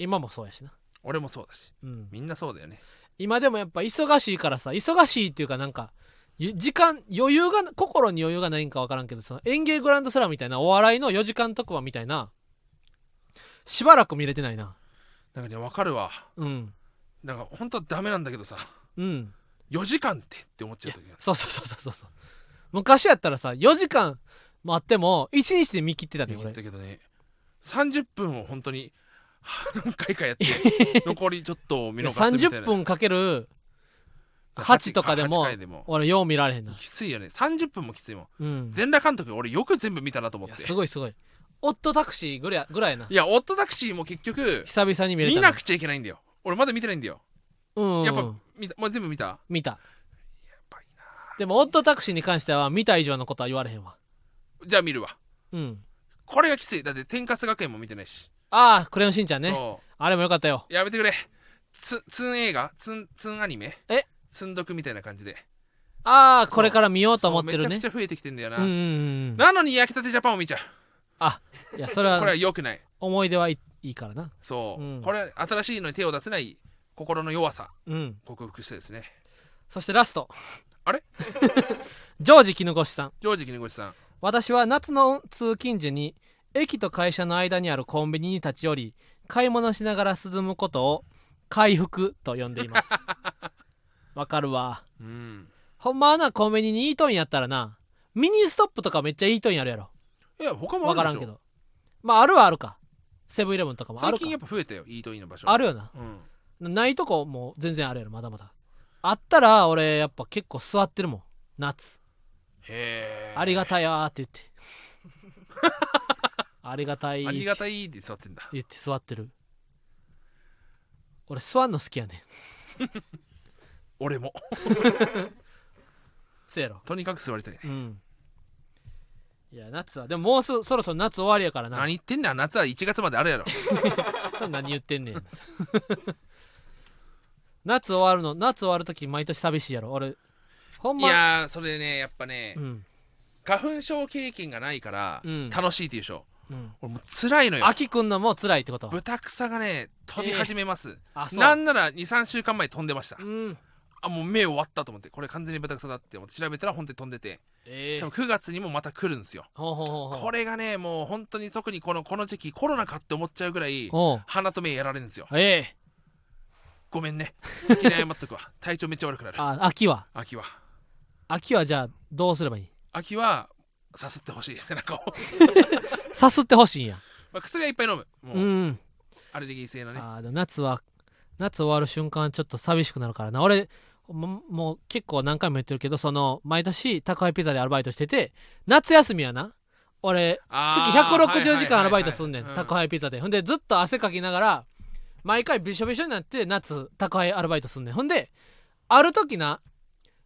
Speaker 1: 今もそうやしな、
Speaker 2: 俺もそうだし
Speaker 1: うん、
Speaker 2: みんなそうだよね
Speaker 1: 今でもやっぱ忙しいからさ忙しいっていうかなんかゆ時間余裕が心に余裕がないんか分からんけどその園芸グランドスラムみたいなお笑いの4時間特番みたいなしばらく見れてないな
Speaker 2: なんかねわかるわ
Speaker 1: うん
Speaker 2: なんか本当はダメなんだけどさ
Speaker 1: うん
Speaker 2: 4時間ってって思っ
Speaker 1: い
Speaker 2: ちゃう
Speaker 1: や
Speaker 2: 時が
Speaker 1: そうそうそうそうそうそう昔やったらさ4時間もあっても1日で見切ってた
Speaker 2: あ
Speaker 1: ね俺
Speaker 2: だけどね30分を本当に はあ何回かやって 残りちょっと見逃すみたいな
Speaker 1: 30分かける8とかでも
Speaker 2: 8回でも
Speaker 1: 俺よう見られへんな
Speaker 2: きついよね30分もきついもん
Speaker 1: うん
Speaker 2: 全裸監督俺よく全部見たなと思
Speaker 1: い
Speaker 2: っ
Speaker 1: や
Speaker 2: て
Speaker 1: すごいすごいオットタクシーぐらいぐらいな
Speaker 2: やオットタクシーも結局
Speaker 1: 久々に見れた
Speaker 2: 見なくちゃいけないんだよ俺まだ見てないんだよ
Speaker 1: うん、うん、
Speaker 2: やっぱ見たもう全部見た
Speaker 1: 見たでもオットタクシーに関しては見た以上のことは言われへんわ
Speaker 2: じゃあ見るわ
Speaker 1: うん
Speaker 2: これがきついだって天かす学園も見てないし
Speaker 1: ああクレヨンしんちゃんね
Speaker 2: そう
Speaker 1: あれもよかったよ
Speaker 2: やめてくれつつん映画つんつんアニメ
Speaker 1: え
Speaker 2: つんどくみたいな感じで
Speaker 1: ああこれから見ようと思って
Speaker 2: そ
Speaker 1: る
Speaker 2: う
Speaker 1: ね
Speaker 2: めちゃくちゃ増えてきてんだよな、
Speaker 1: うんうんうん
Speaker 2: なのに焼きたてジャパンを見ちゃう
Speaker 1: いやそれは
Speaker 2: これは良くない
Speaker 1: 思い出はいいいからな
Speaker 2: そう、
Speaker 1: うん
Speaker 2: これ新しいのに手を出せない心の弱さ
Speaker 1: うん
Speaker 2: 克服してですね
Speaker 1: そしてラスト
Speaker 2: あれ
Speaker 1: ジョージ絹ごしさん
Speaker 2: 常時絹ごちさん
Speaker 1: 私は夏の通勤時に駅と会社の間にあるコンビニに立ち寄り買い物しながら進むことを回復と呼んでいます わかるわ
Speaker 2: うん
Speaker 1: ほんまはなコンビニにイートンやったらなミニストップとかめっちゃイートンやるやろ
Speaker 2: いや他も
Speaker 1: わ
Speaker 2: あ
Speaker 1: か
Speaker 2: る
Speaker 1: ら
Speaker 2: で
Speaker 1: ん
Speaker 2: し
Speaker 1: け
Speaker 2: ょ
Speaker 1: どまああるはあるかセブンイレブンとかもあ
Speaker 2: 最
Speaker 1: るか
Speaker 2: 近やっぱ増えたよイートインの場所
Speaker 1: あるよな
Speaker 2: うん
Speaker 1: なないとこも全然あるやろまだまだあったら俺やっぱ結構座ってるもん夏
Speaker 2: へえ
Speaker 1: ありがたいわーって言って ありがたい
Speaker 2: ありがたいで座ってんだ
Speaker 1: 言って座ってる俺座んの好きやねん
Speaker 2: 俺も
Speaker 1: せやろ
Speaker 2: とにかく座りたいね
Speaker 1: うんいや夏はでももうすそろそろ夏終わりやからな
Speaker 2: 何言ってんだ夏は1月まであるや ろ
Speaker 1: 何言ってんねん 夏終わるの夏終わる時毎年寂しいやろ俺ほん
Speaker 2: い
Speaker 1: ま
Speaker 2: やーそれねやっぱね、
Speaker 1: うん
Speaker 2: 花粉症経験がないから
Speaker 1: うん
Speaker 2: 楽しいっていうでしょ、
Speaker 1: うん
Speaker 2: 俺もう辛いのよ
Speaker 1: 秋くんのも辛いってこと
Speaker 2: 豚草がね飛び始めます、
Speaker 1: あそう
Speaker 2: なんなら23週間前飛んでました、
Speaker 1: うん
Speaker 2: あもう目終わったと思ってこれ完全に豚草だって思って調べたら本当に飛んでて
Speaker 1: ええ
Speaker 2: 多分9月にもまた来るんですよ
Speaker 1: ほうほうほうほう
Speaker 2: これがねもう本当に特にこのこの時期コロナかって思っちゃうぐらい
Speaker 1: おう
Speaker 2: 鼻と目やられるんですよ
Speaker 1: ええ
Speaker 2: ごめんね先に謝っとくわ 体調めっちゃ悪くなる
Speaker 1: あ秋は
Speaker 2: 秋は
Speaker 1: 秋はじゃあどうすればいい
Speaker 2: 秋はさすってほしい背 中を、
Speaker 1: さすってほしいんや
Speaker 2: まあ、薬はいっぱい飲むもう、
Speaker 1: うん
Speaker 2: アレルギー性のね
Speaker 1: あーでも夏は夏終わる瞬間ちょっと寂しくなるからな俺ももう結構何回も言ってるけどその毎年宅配ピザでアルバイトしてて夏休みはな俺月160時間アルバイトすんねん宅
Speaker 2: い
Speaker 1: 配ピザでほんでずっと汗かきながら毎回びしょびしょになって夏宅配アルバイトすんねんほんである時な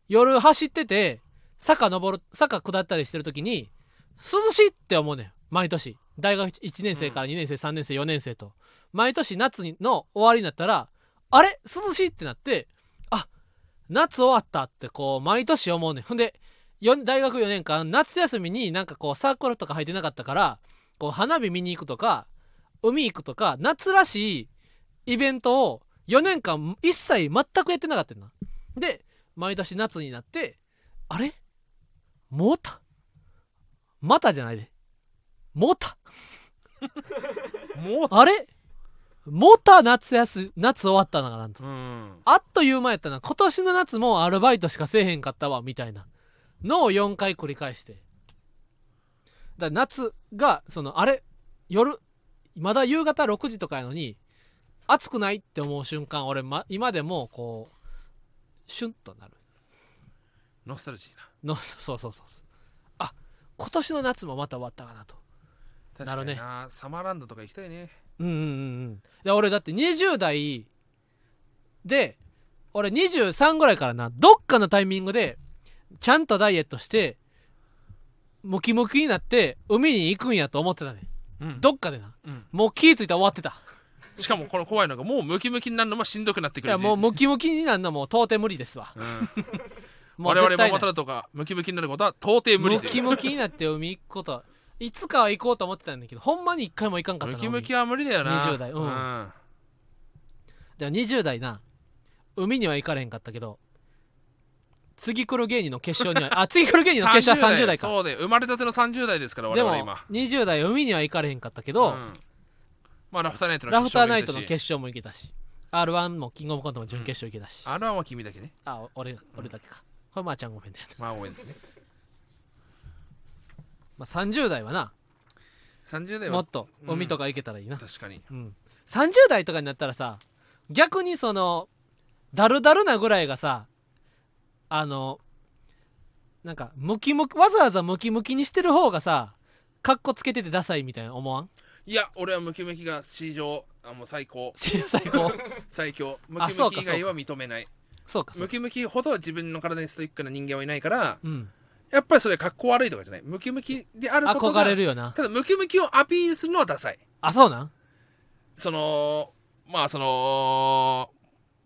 Speaker 1: 夜走ってて坂登る坂下ったりしてる時に涼しいって思うねん毎年大学1年生から2年生3年生4年生と毎年夏にの終わりになったらあれ涼しいってなってあ夏終わったってこう毎年思うねんほんでよ大学4年間夏休みになんかこうサークルとか入ってなかったからこう花火見に行くとか海行くとか夏らしいイベントを4年間一切全くやってなかったんなで毎年夏になってあれもうたまたじゃないでもうた
Speaker 2: もう
Speaker 1: あれもうた夏休夏終わったななんと
Speaker 2: うん
Speaker 1: あっという間やったな今年の夏もうアルバイトしかせえへんかったわみたいなのを4回繰り返してだから夏がそのあれ夜まだ夕方6時とかやのに暑くないって思う瞬間俺、ま、今でもこうシュンとなる
Speaker 2: ノスタルジー
Speaker 1: の
Speaker 2: な
Speaker 1: そうそうそうそうあ今年の夏もまた終わったかなと
Speaker 2: 確
Speaker 1: なる
Speaker 2: かに
Speaker 1: ね
Speaker 2: なサマーランドとか行きたいね
Speaker 1: うんうんうんうんで俺だって20代で俺23ぐらいからなどっかのタイミングでちゃんとダイエットしてムキムキになって海に行くんやと思ってたね
Speaker 2: うん
Speaker 1: どっかでな
Speaker 2: うん
Speaker 1: もう気ぃついたら終わってた
Speaker 2: しかもこの怖いのがもうムキムキになるのもしんどくなってく
Speaker 1: い
Speaker 2: る
Speaker 1: や
Speaker 2: し
Speaker 1: もうムキムキになるのもう到底無理ですわ
Speaker 2: うん
Speaker 1: もう
Speaker 2: 我々
Speaker 1: ない
Speaker 2: もまただとかムキムキになることは到底無理
Speaker 1: ム
Speaker 2: で
Speaker 1: キムキになって海行くことはいつかは行こうと思ってたんだけどほんまに一回も行かんかった
Speaker 2: ム
Speaker 1: な
Speaker 2: キムキは無理だよな
Speaker 1: 20代うん
Speaker 2: うん
Speaker 1: でも20代な海には行かれへんかったけど次来る芸人の決勝に はあ次来る芸人の決勝は30代か
Speaker 2: そうで生まれたての30代ですから我
Speaker 1: で
Speaker 2: 々
Speaker 1: も
Speaker 2: 今
Speaker 1: 20代海には行かれへんかったけど、
Speaker 2: うんまあラフターナイトの
Speaker 1: ラフターナイトの
Speaker 2: 決
Speaker 1: 決勝も行けたし r 1もキングオブコントも準決勝行けたし、
Speaker 2: 勝 R1 は君だけね
Speaker 1: あお俺俺だけかこれまあちゃんごめんね、
Speaker 2: まあ多いですね
Speaker 1: まあ、30代はな
Speaker 2: 30代
Speaker 1: も
Speaker 2: は
Speaker 1: っと海とか行けたらいいな、
Speaker 2: 確かに
Speaker 1: うん30代とかになったらさ逆にそのだるだるなぐらいがさあのなんかムキムキわざわざムキムキにしてる方がさかっこつけててダサいみたいな思わん
Speaker 2: いや俺はムキムキが史上あもう最高
Speaker 1: 最高
Speaker 2: 最強ム
Speaker 1: あ
Speaker 2: キ
Speaker 1: そう
Speaker 2: ム
Speaker 1: か
Speaker 2: キ以外は認めない
Speaker 1: そうかそ
Speaker 2: ム
Speaker 1: うか
Speaker 2: キムキほど自分の体にストイックな人間はいないから
Speaker 1: うん
Speaker 2: やっぱりそれ格好悪いとかじゃないムキムキであることが
Speaker 1: 憧れるよな
Speaker 2: ただムキムキをアピールするのはダサい
Speaker 1: あそうなん
Speaker 2: そのまあその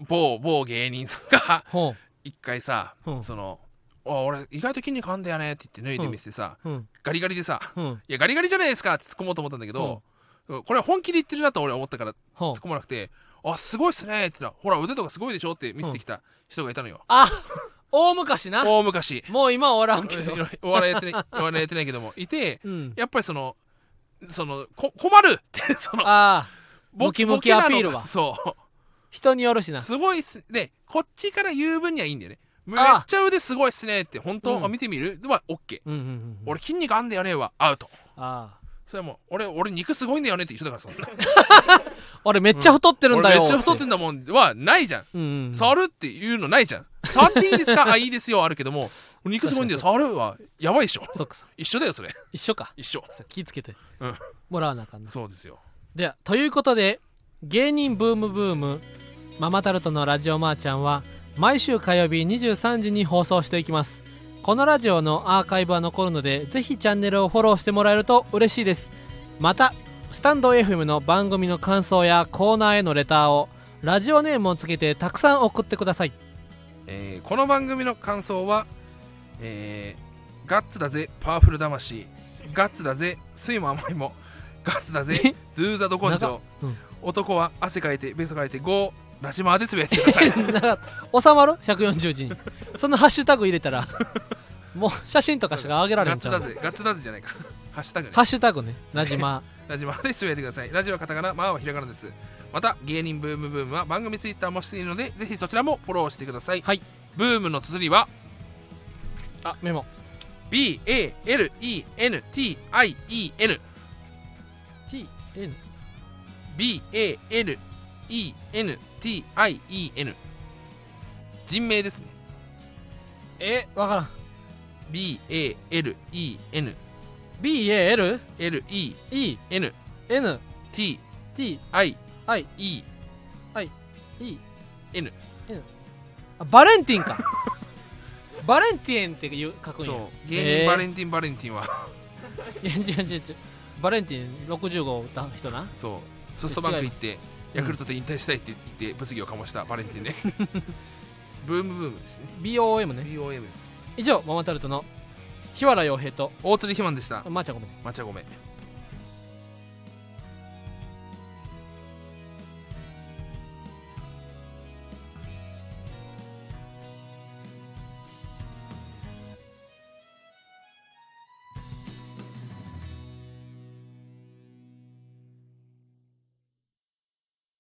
Speaker 2: 某某芸人さんが
Speaker 1: ほ
Speaker 2: 一回さ、
Speaker 1: うん
Speaker 2: そのあ俺意外と筋肉あんだよねって言って脱いで見せてさ、
Speaker 1: うん
Speaker 2: ガリガリでさ
Speaker 1: うん
Speaker 2: いやガリガリじゃないですかって突っ込もうと思ったんだけど、これは本気で言ってるなと俺は思ったから
Speaker 1: ほ
Speaker 2: 突っ
Speaker 1: う
Speaker 2: 込まなくて「あすごいっすね」って言ったら「ほら腕とかすごいでしょ」って見せてきた人がいたのよ、
Speaker 1: あ大昔な
Speaker 2: 大昔
Speaker 1: もう今はお らんけど
Speaker 2: お笑いやってないお笑いやってないけどもいて
Speaker 1: うん
Speaker 2: やっぱりそのそのこ困るって その
Speaker 1: ああ
Speaker 2: ボ
Speaker 1: ムキムキアピールは
Speaker 2: ボケなのかそ
Speaker 1: 人によるしな
Speaker 2: うすごいっすでこっちから言う分にはいいんだよねめっ
Speaker 1: あ
Speaker 2: ちゃ腕すごいっすねって本当、
Speaker 1: うん
Speaker 2: あ見てみるでは OK
Speaker 1: うんうんうんうん
Speaker 2: 俺筋肉あんだよねはアウト
Speaker 1: あ
Speaker 2: それはもう俺俺肉すごいんだよねって一緒だからそんな
Speaker 1: あ俺めっちゃ太ってるんだ
Speaker 2: 俺
Speaker 1: よ
Speaker 2: めっちゃ太ってんだもんはないじゃん
Speaker 1: うんうん
Speaker 2: 触るっていうのないじゃん触っていいで すかあいいですよあるけども肉すごいんだよ触るはやばいでしょ
Speaker 1: そっかそっか
Speaker 2: 一緒だよそれ
Speaker 1: 一緒か
Speaker 2: 一緒
Speaker 1: そう気ぃつけて
Speaker 2: うん
Speaker 1: もらわなあかんな
Speaker 2: そうですよ
Speaker 1: ではということで芸人ブームブームママタルトのラジオマーちゃんは毎週火曜日23時に放送していきますこのラジオのアーカイブは残るのでぜひチャンネルをフォローしてもらえると嬉しいですまたスタンド FM の番組の感想やコーナーへのレターをラジオネームをつけてたくさん送ってください
Speaker 2: えーこの番組の感想は、えーガッツだぜパワフル魂ガッツだぜ酸いも甘いもガッツだぜドゥーザド根
Speaker 1: 長っ
Speaker 2: 性、
Speaker 1: うん
Speaker 2: 男は汗かいてベソかいてゴーラジマーでつぶやいて ください
Speaker 1: なんか収まる140字にそのハッシュタグ入れたらもう写真とかしか上げられ
Speaker 2: ガ
Speaker 1: へん
Speaker 2: ッ
Speaker 1: ち
Speaker 2: ツ
Speaker 1: ゃ
Speaker 2: だ
Speaker 1: う
Speaker 2: ぜガッツだぜじゃないかハッシュタグね
Speaker 1: ハッシュタグねラジマ
Speaker 2: ラジマでつぶやいてくださいラジオはカタカナマーはひらがなですまた芸人ブームブームは番組ツイッターもしているのでぜひそちらもフォローしてください、
Speaker 1: はい
Speaker 2: ブームの綴りは
Speaker 1: あメモ
Speaker 2: BALENTIEN
Speaker 1: TN
Speaker 2: BALENTIEN 人名ですね
Speaker 1: えわからん BALEN
Speaker 2: BALENLENTIEN
Speaker 1: T I E N
Speaker 2: N
Speaker 1: あバレンティンか バレンティエンっていう書くんや
Speaker 2: そう芸人バレンティンバレンティンは、
Speaker 1: いや違う違う違うバレンティン65を打った人な
Speaker 2: そうソフトバンク行って
Speaker 1: うん
Speaker 2: ヤクルトで引退したいって言って物議を醸したバレンティンねブームブームですね
Speaker 1: BOM ね
Speaker 2: BOM です
Speaker 1: 以上ママタルトの日原洋平と
Speaker 2: 大鶴ひまんでした
Speaker 1: まー、ちゃんごめん
Speaker 2: 抹茶ごめん